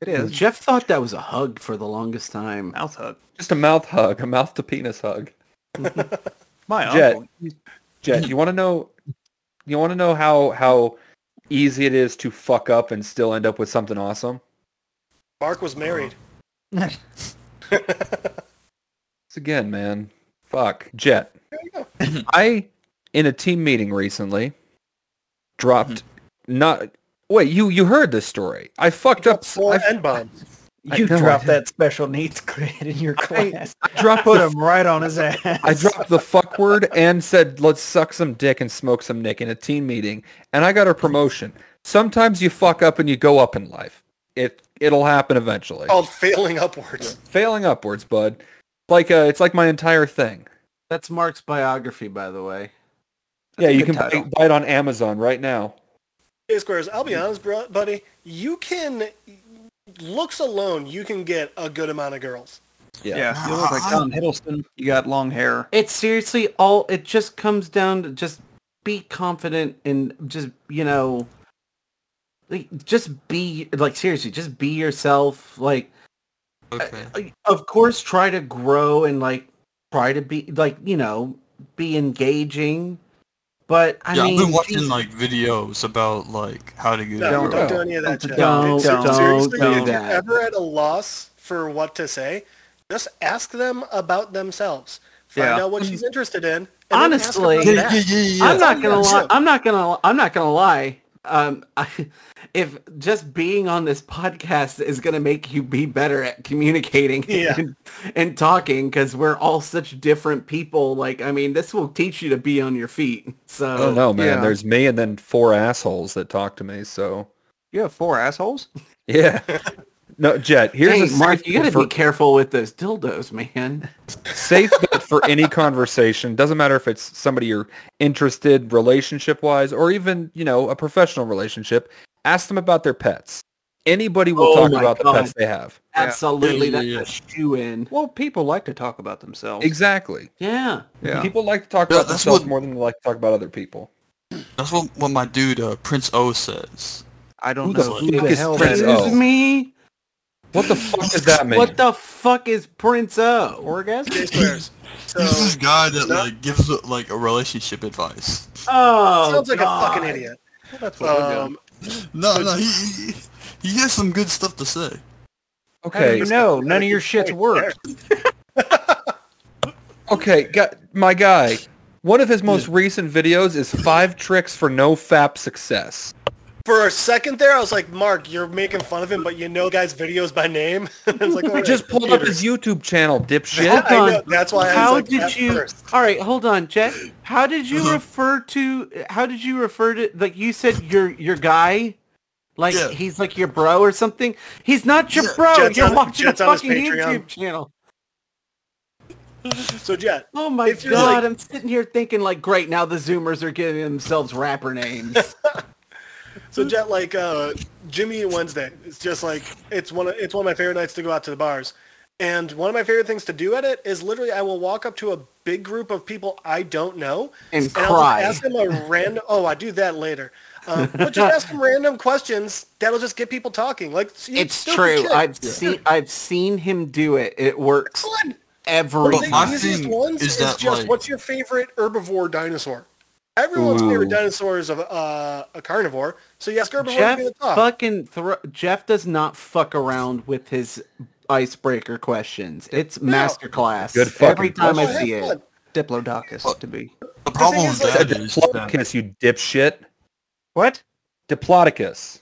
S7: it is.
S5: Jeff thought that was a hug for the longest time.
S7: Mouth hug.
S2: Just a mouth hug, a mouth to penis hug.
S7: My
S2: Jet.
S7: uncle. He's-
S2: Jet, you want to know? You want to know how how easy it is to fuck up and still end up with something awesome?
S3: Mark was married.
S2: It's again, man. Fuck, Jet. I in a team meeting recently dropped
S5: Mm-hmm.
S2: not. Wait, you you heard this story? I fucked up.
S3: Four
S2: I,
S3: N bombs.
S2: I
S8: You
S2: know, I
S8: dropped
S2: did.
S8: that special needs [LAUGHS] kid in your class.
S2: I
S5: [LAUGHS]
S2: dropped
S8: Put
S2: the
S8: him right on his ass.
S2: I dropped the fuck word and said, let's suck some dick and smoke some nick in a team meeting. And I got a promotion. Sometimes you fuck up and you go up in life. It, it'll happen eventually.
S5: Oh.
S3: Called failing upwards.
S2: Failing upwards, bud. Like, uh, it's like my entire thing.
S5: That's Mark's biography, by the way.
S2: yeah,
S5: a
S2: you
S5: good
S2: can buy,
S5: title.
S2: buy it on Amazon right now.
S3: Hey, Squares, I'll be honest, bro, buddy. You can, looks alone, you can get a good amount of girls.
S2: Yeah.
S7: yeah. You look like Tom Hiddleston. You got long hair.
S5: It's seriously all. It just comes down to just be confident and just you know, like, just be like seriously, just be yourself. Like
S4: okay.
S5: of course try to grow and like try to be like you know be engaging but i
S4: yeah,
S5: mean
S4: I've been watching
S5: geez,
S4: like videos about like how to get.
S3: No, don't,
S4: a girl.
S3: do any of that shit.
S5: Don't-
S3: Ser-
S5: don't-
S3: Seriously,
S5: don't
S3: if
S5: do
S3: you're
S5: that.
S3: ever at a loss for what to say, just ask them about themselves. Find
S7: Yeah.
S3: out what she's interested in. and then ask her
S5: Honestly-
S3: about
S4: Yeah,
S3: that.
S4: yeah, yeah, yeah.
S5: i'm not gonna
S3: Yeah.
S5: lie i'm not gonna i'm not gonna lie um [LAUGHS] I, if just being on this podcast is gonna make you be better at communicating [LAUGHS]
S3: Yeah.
S5: and, and talking because we're all such different people like i mean this will teach you to be on your feet so
S2: I don't know, man.
S7: Yeah.
S2: There's me and then four assholes that talk to me. So,
S7: You have four assholes.
S2: yeah. No, Jet, here's a
S5: Dang,
S2: safe
S5: mark you gotta
S2: bet for,
S5: be careful with those dildos
S2: [LAUGHS]
S5: man [LAUGHS]
S2: safe bet for any conversation. Doesn't matter if it's somebody you're interested relationship wise or even, you know, a professional relationship. Ask them about their pets. Anybody will
S5: Oh
S2: talk
S5: my
S2: about
S5: God.
S2: the pets they have.
S7: Yeah.
S5: absolutely
S4: Yeah,
S5: that's
S4: yeah,
S5: a shoe in
S7: Well, people like to talk about themselves.
S2: Exactly.
S5: yeah
S7: Yeah.
S2: People like to talk
S4: Yeah,
S2: about
S4: that's
S2: themselves
S4: what-
S2: more than they like to talk about other people.
S4: That's what what my dude uh, Prince O says.
S7: I don't
S2: Who the
S7: know
S2: fuck is
S7: that
S2: Prince
S5: Excuse
S2: O?
S5: me?
S2: What the fuck does that mean?
S5: What the fuck is Prince O?
S7: Orgasm?
S3: Hey,
S5: [LAUGHS]
S3: Squares. So,
S4: He's this guy that
S3: no.
S4: like gives like a relationship advice.
S5: Oh,
S3: sounds like
S5: God.
S3: a fucking idiot.
S7: what we're doing.
S3: Um,
S4: No, no, he, he, You have some good stuff to say.
S5: How do
S2: Okay.
S5: you know none of your shit's worked?
S2: Okay, gu- my guy. One of his most recent videos is five tricks for no fap success.
S3: For a second there, I was like, Mark, you're making fun of him, but you know guys' videos by name. [LAUGHS] it's like,
S2: I just pulled up his YouTube channel, dipshit.
S3: I know, that's why I was
S5: How
S3: like,
S5: did
S3: at
S5: you?
S3: first. Uh-huh.
S5: All right, hold on, Jeff. How did you refer to? How did you refer to? Like you said, your your guy. Like
S4: Yeah.
S5: he's like your bro or something. He's not your
S4: Yeah,
S5: bro.
S3: Jet's
S5: You're
S3: on-
S5: watching
S3: Jet's
S5: a
S3: on his
S5: fucking
S3: Patreon.
S5: YouTube channel.
S3: So, Jet,
S5: Oh my
S3: If
S5: god!
S3: you're like-
S5: I'm sitting here thinking like, great, now the Zoomers are giving themselves
S3: [LAUGHS]
S5: rapper names.
S3: So Jet, like uh, Jimmy Wednesday, it's just like it's one of it's one of my favorite nights to go out to the bars, and one of my favorite things to do at it is literally I will walk up to a big group of people I don't know
S5: And
S3: I'll just
S5: cry.
S3: ask them a random. [LAUGHS] Oh, I do that later, um, but just ask them random questions that'll just get people talking. Like
S5: it's true. I've seen I've seen him do it. It works
S3: Excellent.
S5: every
S4: But my
S3: the
S5: time.
S3: easiest
S4: thing
S3: ones
S4: is
S3: is,
S4: that,
S3: just
S4: like-
S3: what's your favorite herbivore dinosaur? Everyone's favorite dinosaur is a, uh, a carnivore, so you ask herbivore to
S5: Jeff
S3: be the top.
S5: fucking thro- Jeff does not fuck around with his icebreaker questions. It's masterclass.
S2: Good fucking
S5: every time I
S3: question.
S5: see
S3: Have fun.
S5: it. Diplodocus to be.
S4: The problem
S3: is,
S4: with
S3: like,
S4: that is that
S2: Diplodocus, you dipshit.
S5: What?
S2: Diplodocus.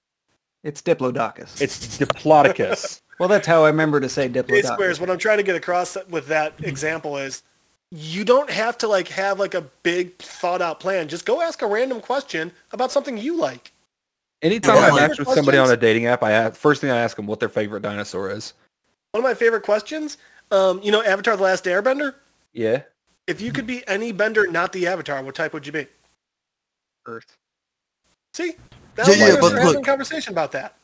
S5: It's Diplodocus.
S2: It's Diplodocus.
S8: Well, that's how I remember to say
S3: It
S8: Diplodocus.
S3: squares. What I'm trying to get across with that example is, you don't have to like have like a big thought out plan. Just go ask a random question about something you like.
S2: Anytime
S4: Yeah,
S2: I
S4: like-
S2: match with somebody on a dating app, I ask, first thing I ask them what their favorite dinosaur is.
S3: One of my favorite questions, um, you know, Avatar: The Last Airbender.
S2: Yeah.
S3: If you could be any bender, not the Avatar, what type would you be?
S5: Earth.
S3: See, that
S4: Yeah,
S3: was
S4: yeah,
S3: like we
S4: but
S3: were having a
S4: look-
S3: conversation about that.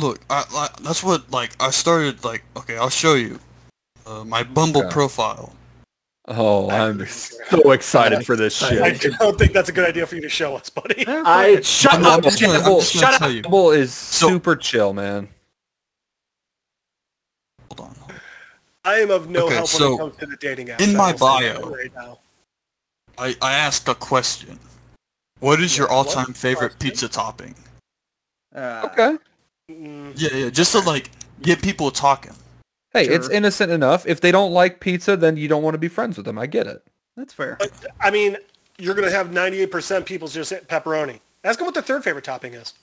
S4: look, I, like, that's what like I started like. Okay, I'll show you uh, my Bumble
S2: Okay.
S4: profile.
S2: Oh, I'm so excited for this
S3: I
S2: shit.
S3: don't think that's a good idea for you to show us, buddy.
S5: I shut
S4: I'm,
S5: up.
S4: I'm just gonna, I'm
S2: Bumble-
S4: just gonna tell you.
S2: Bumble is super chill, man.
S4: Hold on.
S3: I am of no
S4: Okay,
S3: help when
S4: so,
S3: it comes to the dating apps.
S4: in
S3: I
S4: my
S3: will say that
S4: bio,
S3: right now.
S4: I, I asked a question. What is your
S3: Yeah, what
S4: all-time favorite
S3: question?
S4: pizza topping?
S8: Uh,
S2: Okay.
S3: Mm,
S4: Yeah, yeah, just to like get people talking.
S2: Hey, it's
S8: Sure.
S2: innocent enough. If they don't like pizza, then you don't want to be friends with them. I get it.
S8: That's fair.
S3: but I mean, you're gonna have 98% people just hit pepperoni. Ask them what their third favorite topping is.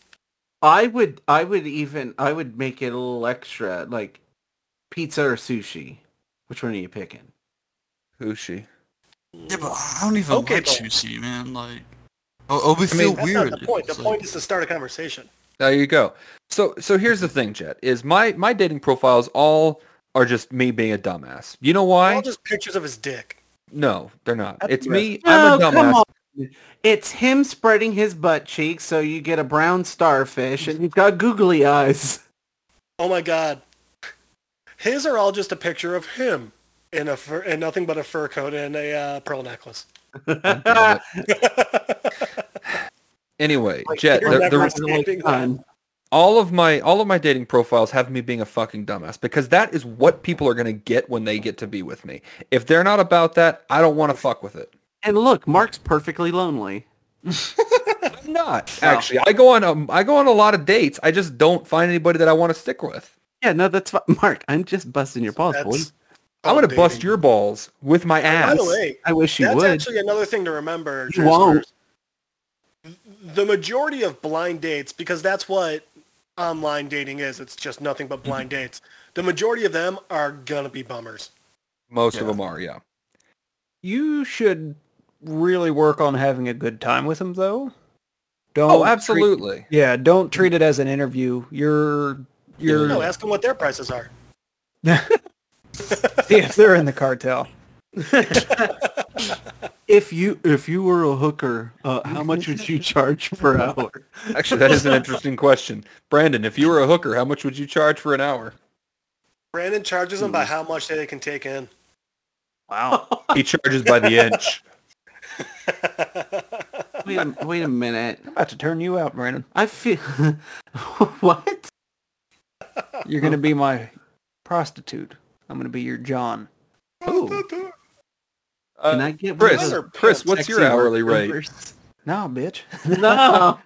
S5: I would I would even I would make it a little extra like pizza or sushi. Which one are you picking?
S2: Who's she?
S4: Yeah, but I don't even
S3: Okay,
S4: like
S3: but-
S4: sushi, man. Like, oh, oh we feel
S3: That's
S4: weird.
S3: not the point. The
S4: It's like-
S3: point is to start a conversation.
S2: There you go. So so here's the thing, Jet, is my my dating profiles all are just me being a dumbass. You know
S3: They're
S2: why?
S3: all just pictures of his dick.
S2: No, they're not.
S8: That's
S2: It's me.
S5: No,
S2: I'm a
S5: Oh, come
S2: dumbass.
S5: on. It's him spreading his butt cheeks so you get a brown starfish and he's got googly eyes.
S3: Oh my god. His are all just a picture of him in a fur, and nothing but a fur coat and a uh, pearl necklace. [LAUGHS]
S2: Anyway,
S5: Like,
S2: Jet,
S3: you're
S2: they're-
S3: never
S2: they're-
S3: as escaping
S5: Done.
S2: all of my all of my dating profiles have me being a fucking dumbass because that is what people are going to get when they get to be with me. If they're not about that, I don't want to fuck with it.
S5: And look, Mark's perfectly lonely.
S2: I'm not actually. I go on um, I go on a lot of dates. I just don't find anybody that I want to stick with.
S5: Yeah, no, that's fi- [LAUGHS] Mark. I'm just busting your balls, boy.
S3: That's
S2: I'm
S3: called
S2: going to bust
S3: dating.
S2: your balls with my ass.
S3: By the way,
S5: I wish you
S3: that's
S5: would.
S3: actually another thing to remember.
S5: You
S3: Drew
S5: won't.
S3: Spurs. The majority of blind dates, because that's what online dating is. It's just nothing but blind dates. The majority of them are gonna be bummers.
S2: most of
S4: Yeah.
S2: them are, yeah.
S8: You should really work on having a good time with him, though. Don't
S2: Oh,
S8: treat-
S2: absolutely.
S8: yeah, don't treat it as an interview. You're you're
S3: No, ask them what their prices are.
S8: see [LAUGHS] if they're in the cartel.
S5: If you if you were a hooker, uh, how much would you
S3: [LAUGHS]
S5: charge per hour?
S2: Actually, that is an interesting question. Brandon, if you were a hooker, how much would you charge for an hour?
S3: Brandon charges them by how much they can take in.
S5: Wow.
S2: He charges by the inch.
S5: wait, a, wait a minute.
S8: I'm about to turn you out, Brandon.
S5: I feel [LAUGHS] what?
S8: You're gonna be my prostitute. I'm gonna be your John.
S5: Ooh,
S2: Uh,
S5: can I get one of
S2: Chris,
S5: those
S2: Chris, what's your
S5: sexy
S8: [LAUGHS]
S2: hourly rate?
S5: numbers?
S8: Nah, bitch.
S5: No.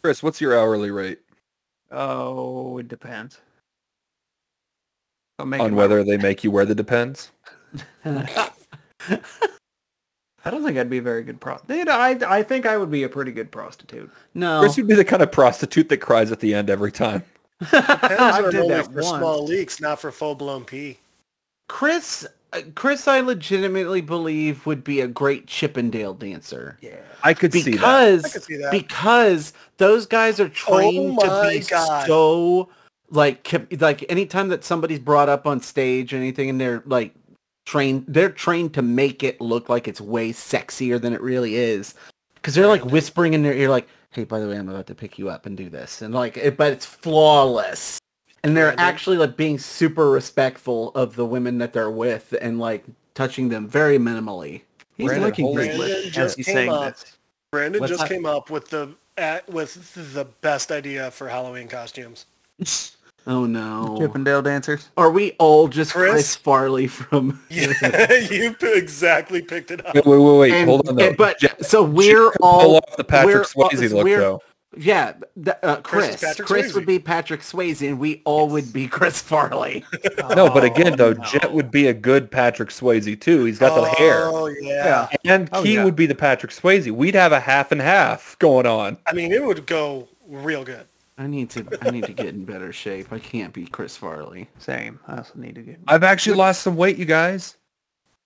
S2: Chris, what's your hourly rate
S8: Oh, it depends. I'll make
S2: on whether they make you wear the depends?
S8: I don't think I'd be a very good prostitute. I I think I would be a pretty good prostitute.
S9: No.
S5: [LAUGHS]
S2: Chris, you'd be the kind of prostitute that cries at the end every time.
S8: I
S3: Pens are
S8: did
S3: only
S8: that
S3: for
S8: once.
S3: small leaks, not for full blown pee.
S5: Chris, uh, Chris, I legitimately believe would be a great Chippendale dancer
S2: I could see that.
S3: I
S5: because
S3: can see that. Oh
S5: because those guys are trained to
S3: my
S5: be
S3: God.
S5: so like com- like anytime that somebody's brought up on stage or anything and they're like trained they're trained to make it look like it's way sexier than it really is because they're like whispering in their ear like hey by the way i'm about to pick you up and do this and like it, but it's flawless and they're actually like being super respectful of the women that they're with and like touching them very minimally
S8: He's
S2: Brandon
S8: licking
S2: Holy-
S8: his
S3: Brandon
S8: lips as
S3: just
S8: he's
S3: came
S8: saying
S3: up.
S8: this.
S3: Brandon
S8: What's
S3: just
S8: up?
S3: came up with the at, with the best idea for Halloween costumes.
S5: oh no
S8: Chippendale dancers.
S5: Are we all just Chris,
S3: Chris?
S5: Farley from?
S3: [LAUGHS] Yeah, you p- exactly picked it up.
S2: Wait, wait, wait, wait.
S5: And-
S2: Hold on. Though.
S5: and- but
S2: Jack-
S5: so we're
S2: could pull
S5: all
S2: off the Patrick
S5: we're-
S2: Swayze look,
S5: we're-
S2: though.
S5: Yeah, th- uh,
S3: Chris is
S5: Chris. Chris,
S3: Patrick Swayze.
S5: would be Patrick Swayze, and we all would be
S3: [LAUGHS]
S5: Chris Farley.
S2: Oh, no, but again, though, Jet would be a good Patrick Swayze too. He's got the hair,
S3: Oh yeah.
S8: Yeah.
S2: and
S8: Oh,
S2: Key
S8: yeah.
S2: would be the Patrick Swayze. We'd have a half and half going on.
S3: I mean, it would go real good.
S5: I need to. I need to get in better shape. I can't be Chris Farley.
S8: Same. I also need to get.
S2: I've actually lost some weight, you guys.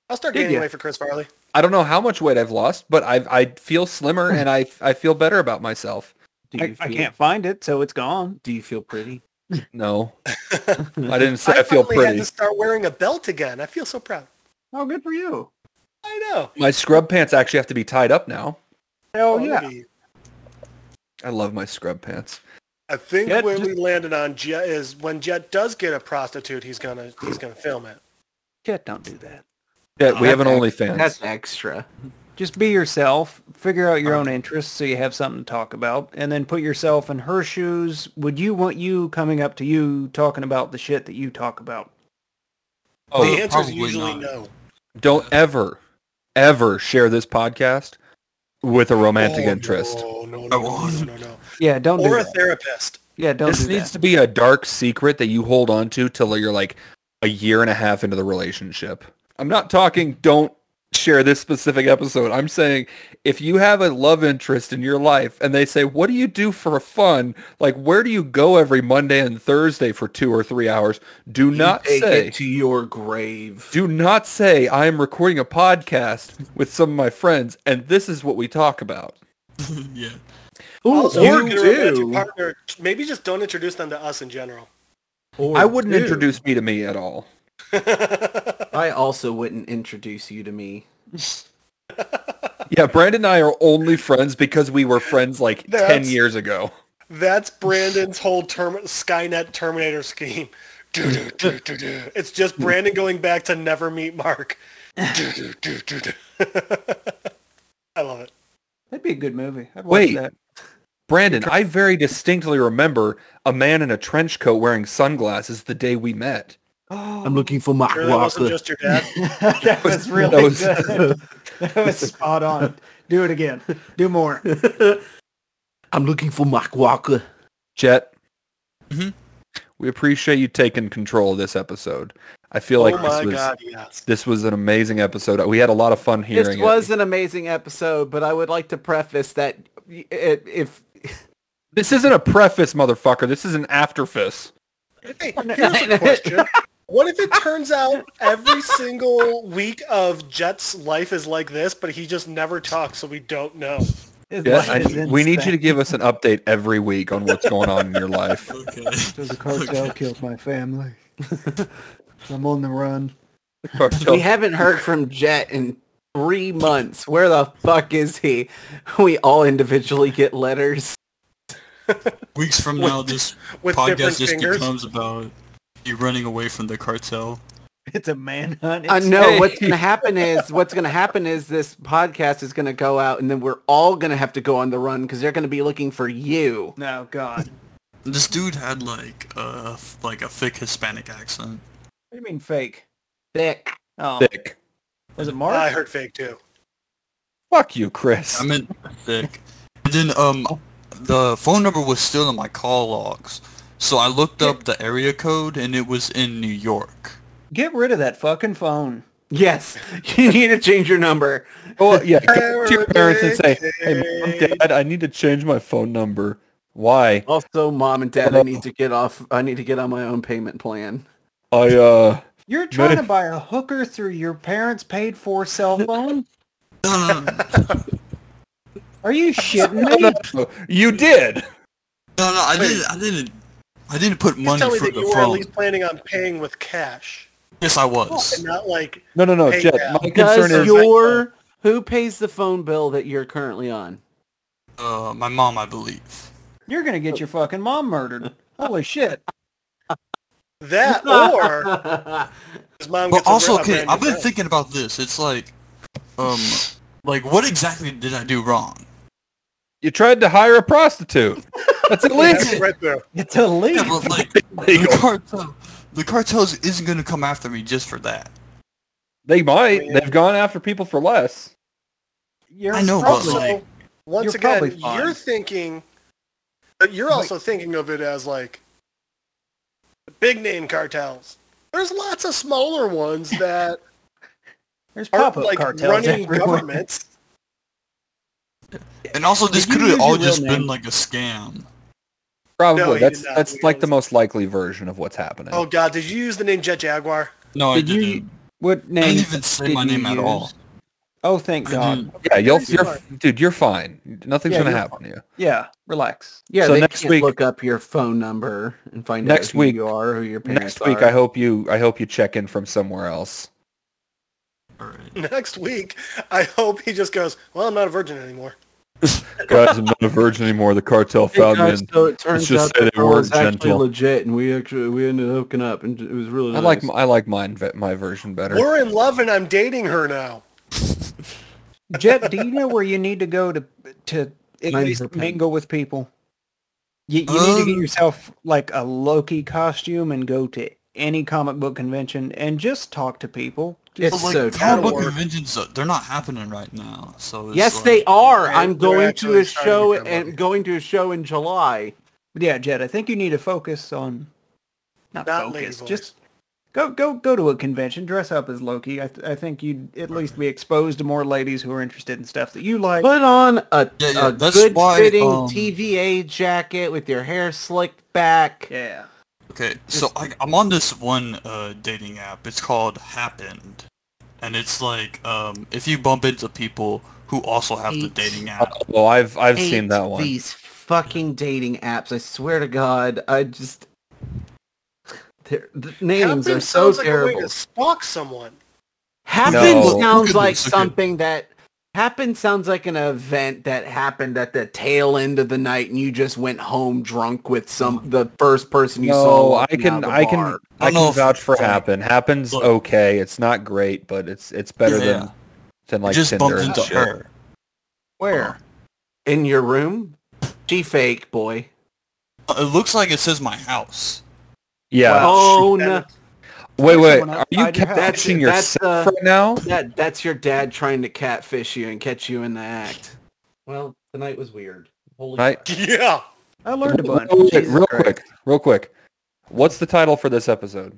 S3: I'll start
S8: Did
S3: getting
S8: ya?
S3: away for Chris Farley.
S2: I don't know how much weight I've lost, but I I feel slimmer and I I feel better about myself.
S5: Do
S8: I,
S5: you
S8: I
S5: feel-
S8: can't find it, so it's gone.
S5: Do you feel pretty?
S2: [LAUGHS] No, I didn't say I, feel
S3: finally
S2: pretty.
S3: had to start wearing a belt again. I feel so proud.
S8: Oh, good for you.
S3: I know.
S2: My scrub pants actually have to be tied up now.
S8: Hell Oh, yeah.
S3: Maybe.
S2: I love my scrub pants.
S3: I think
S8: Jet
S3: where
S8: just-
S3: we landed on Jet is when Jet does get a prostitute, he's gonna he's gonna film it.
S8: Jet, don't do that.
S2: Yeah, we have an
S5: That's-
S2: OnlyFans.
S5: That's extra.
S8: Just be yourself. Figure out your own interests so you have something to talk about, and then put yourself in her shoes. Would you want you coming up to you talking about the shit that you talk about?
S2: Oh,
S3: the answer is
S4: probably
S3: usually
S4: not.
S3: no.
S2: Don't ever, ever share this podcast with a romantic interest.
S3: Oh, no, no, no, no, no, no.
S8: Yeah, don't do
S3: Or a
S8: that.
S3: therapist.
S8: Yeah, don't
S2: This
S8: do
S2: needs
S8: that.
S2: to be a dark secret that you hold on to till you're like a year and a half into the relationship. I'm not talking don't share this specific episode. I'm saying if you have a love interest in your life and they say, what do you do for fun? Like, where do you go every Monday and Thursday for two or three hours? Do not
S5: Take
S2: say.
S5: it to your grave.
S2: Do not say I am recording a podcast with some of my friends and this is what we talk about.
S4: [LAUGHS] yeah.
S5: Ooh,
S3: Also,
S5: or
S3: if you're gonna romantic
S5: do.
S3: partner, maybe just don't introduce them to us in general. Oh,
S5: Or
S2: I wouldn't
S5: do.
S2: introduce me to me at all.
S5: I also wouldn't introduce you to me.
S2: Yeah, Brandon and I are only friends because we were friends like 10
S3: That's-
S2: years ago.
S3: That's Brandon's whole term, Skynet Terminator scheme. Do, do, do, do, do. It's just Brandon going back to never meet Mark. Do, do, do, do, [LAUGHS] do. I love it.
S8: That'd be a good movie. I'd watch
S2: Wait.
S8: that.
S2: Brandon, I very distinctly remember a man in a trench coat wearing sunglasses the day we met.
S5: I'm looking for Mark
S3: Sure, that wasn't just [LAUGHS] your dad.
S8: that was really
S2: that was-
S5: [LAUGHS]
S8: good. that was spot on. Do it again. Do more.
S5: [LAUGHS] I'm looking for Mark Walker.
S2: Jet,
S4: Mhm.
S3: Mm-hmm.
S2: we appreciate you taking control of this episode. I feel like
S3: oh
S2: this
S3: my
S2: was
S3: god, yes.
S2: this was an amazing episode. We had a lot of fun hearing
S5: This
S2: it.
S5: was an amazing episode, but I would like to preface that i- i- if
S2: This isn't a preface, motherfucker. This is an afterface.
S3: Hey, here's a question. What if it turns out every single week of Jet's life is like this, but he just never talks, so we don't know.
S8: His
S2: Yeah,
S8: life
S2: I-
S8: is
S2: we need you
S8: insane.
S2: to give us an update every week on what's going on in your
S4: [LAUGHS]
S2: life.
S4: Okay.
S8: So the cartel killed my family. I'm on the run.
S5: we haven't heard from Jet in three months, where the fuck is he? We all individually get letters.
S4: Weeks from now, this
S3: [LAUGHS] With different
S4: podcast just
S3: fingers.
S4: becomes about you running away from the cartel.
S8: [LAUGHS] It's a manhunt.
S5: I
S8: It's-
S5: know Uh, what's
S8: [LAUGHS]
S5: gonna happen is what's gonna happen is this podcast is gonna go out, and then we're all gonna have to go on the run because they're gonna be looking for you.
S8: No, God.
S4: This dude had like a like a thick Hispanic accent.
S8: What do you mean fake?
S5: Thick.
S8: Oh,
S2: Thick.
S8: was it
S3: I
S8: Mark?
S3: heard fake too.
S2: Fuck you, Chris.
S4: I meant thick. And then um, the phone number was still in my call logs. So I looked up the area code and it was in New York.
S8: Get rid of that fucking phone.
S5: Yes, [LAUGHS] you need to change your number.
S2: Oh yeah, go to your parents and say, "Hey, mom, dad, I need to change my phone number." Why?
S5: Also, mom and dad, I need to get off. I need to get on my own payment plan.
S2: I uh,
S8: You're trying to
S2: Maybe-
S8: buy a hooker through your parents' paid-for cell phone?
S4: [LAUGHS] No, no, no,
S5: [LAUGHS]
S8: Are you shitting
S2: no, no,
S8: me?
S2: no, you did.
S4: no, no, I
S3: Wait.
S4: didn't. I didn't. I didn't put
S3: Please
S4: money
S3: tell me
S4: for
S3: that
S4: the
S3: you were at
S4: phone.
S3: least planning on paying with cash
S4: Yes, I was.
S3: and not like
S2: No, no, no,
S3: Hey,
S2: Jed.
S3: now.
S2: My concern
S5: Does
S2: is
S5: your who pays the phone bill that you're currently on?
S4: Uh, my mom, I believe.
S8: You're gonna get your fucking mom murdered.
S5: [LAUGHS]
S8: Holy shit!
S4: [LAUGHS]
S3: that or his mom
S4: But
S3: gets a
S4: also,
S3: bra- a
S4: okay,
S3: brand new
S4: I've been
S3: phone.
S4: thinking about this. It's like, um, like what exactly did I do wrong?
S2: you tried to hire a prostitute. That's illegal.
S3: That's right there.
S8: It's illegal.
S4: Yeah,
S3: [LAUGHS]
S4: but like the cartel, the cartels isn't gonna come after me just for that.
S2: They might. They've gone after people for less.
S8: You're
S4: I know, [LAUGHS] but
S8: probably-
S4: like,
S3: Also, once
S8: You're probably
S3: again,
S8: fine.
S3: you're thinking, but you're also thinking of it as like the big name cartels. There's lots of smaller ones that
S8: there's
S3: aren't
S8: [LAUGHS] pop-up
S3: like
S8: cartels
S3: running
S8: everywhere.
S3: governments.
S4: and also this
S8: Did you
S4: could
S8: use
S4: have all
S8: your real
S4: just been
S8: name?
S4: like a scam.
S2: Probably.
S3: No, he
S2: that's
S3: did not.
S2: that's like the most likely version of what's happening.
S3: Oh God, did you use the name Jet Jaguar? [LAUGHS]
S4: No,
S8: Did
S4: I
S8: you-
S4: didn't.
S8: What name?
S4: even say
S8: did
S4: my
S8: you
S4: name at all. [CLEARS THROAT]
S8: Oh, thank
S4: I
S8: God.
S4: didn't-
S2: yeah, you'll,
S3: Very
S2: you're,
S3: smart.
S2: dude, you're fine. Nothing's
S8: Yeah,
S2: gonna
S8: you're
S2: happen to you.
S8: Yeah, relax.
S5: Yeah,
S2: So
S5: they
S2: next
S5: can't
S2: week-
S5: look up your phone number and find
S2: Next
S5: out who
S2: week-
S5: you are, who your parents
S2: Next week,
S5: are.
S2: I hope you, I hope you check in from somewhere else.
S4: Alright.
S3: Next week, I hope he just goes. Well, I'm not a virgin anymore.
S2: Guys, I'm not a virgin anymore. The cartel
S5: Hey,
S2: found me.
S5: guys, so it turns
S2: just
S5: out
S2: say
S5: the
S2: they
S5: girl was
S2: weren't
S5: actually
S2: gentle.
S5: legit, and we actually we ended up hooking up, and it was really
S2: I like,
S5: nice.
S2: I like mine, ve- my version better.
S3: We're in love, and I'm dating her now.
S4: [LAUGHS]
S8: Jet, do you know where you need to go to to at
S5: Mine's her
S8: least
S5: pen.
S8: mingle with people? You, you need to get
S4: Um,
S8: yourself like a Loki costume and go to any comic book convention and just talk to people. Just,
S5: It's
S4: But like
S5: so
S4: comic book
S3: true.
S4: conventions, uh, they're not happening right now. So it's
S5: Yes,
S4: like,
S5: they are.
S3: They're-
S5: I'm
S3: they're
S5: going to
S3: actually
S5: a
S3: starting to
S5: show
S3: become
S5: and
S3: money.
S5: going to a show in July.
S8: but yeah, Jet, I think you need to focus on not,
S3: Not lady
S8: focus,
S3: voice.
S8: just go go go to a convention, dress up as Loki. I, th- I think you'd at least be exposed to more ladies who are interested in stuff that you like.
S5: Put on a,
S4: Yeah, yeah,
S5: a
S4: that's
S5: good
S4: why,
S5: fitting
S4: um,
S5: TVA jacket with your hair slicked back.
S8: yeah.
S4: Okay, so I, I'm on this one uh, dating app. It's called Happened, and it's like um, if you bump into people who also have the
S5: Eight.
S4: dating app.
S2: Uh, Well, I've, I've
S5: Hate
S2: seen that one.
S5: These fucking dating apps. I swear to God, I just [SIGHS] their- the names
S3: Happen
S5: are so
S3: sounds like a way
S5: terrible.
S3: to stalk someone. [LAUGHS]
S5: Happen
S2: No.
S5: sounds
S4: Goodness,
S5: like
S4: okay.
S5: something that happened sounds like an event that happened at the tail end of the night and you just went home drunk with some the first person you saw
S2: No, I
S5: walking out
S2: can,
S5: of the
S2: I can,
S5: bar.
S2: I
S4: I know
S2: can
S4: if-
S2: vouch for
S4: like-
S2: happen. Happen's
S4: Look.
S2: okay. It's not great, but it's, it's better
S4: Yeah.
S2: than, than
S4: I
S2: like
S4: just
S2: Tinder
S4: bumped
S2: and
S4: into
S2: shit.
S4: her.
S8: Where?
S5: in your room she fake boy
S4: Uh, It looks like it says my house.
S2: Yeah.
S5: oh no
S2: Wait, wait.
S8: someone
S2: Are you
S8: outside your house.
S2: catching
S5: That's-
S2: yourself
S5: that's, uh,
S2: right now?
S5: that that's your dad trying to catfish you and catch you in the act well tonight was weird holy
S2: Right.
S5: fuck.
S3: Yeah.
S8: I learned a
S2: Wait,
S8: bunch.
S2: wait,
S8: Jesus
S2: real
S8: Christ.
S2: quick, real quick. What's the title for this episode?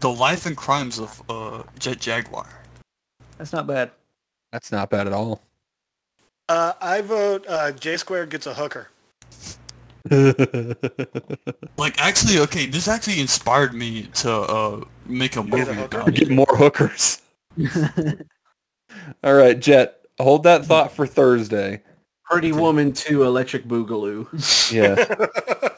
S4: The life and crimes of uh, Jet Jaguar.
S8: That's not bad.
S2: That's not bad at all.
S3: Uh, I vote uh, J Squared gets a hooker. [LAUGHS]
S4: Like actually, okay, this actually inspired me to uh, make a movie
S3: hooker?
S4: about
S2: Get
S4: it.
S2: more hookers. all right, Jet. Hold that thought for Thursday.
S5: pretty woman 2 electric boogaloo
S2: Yeah.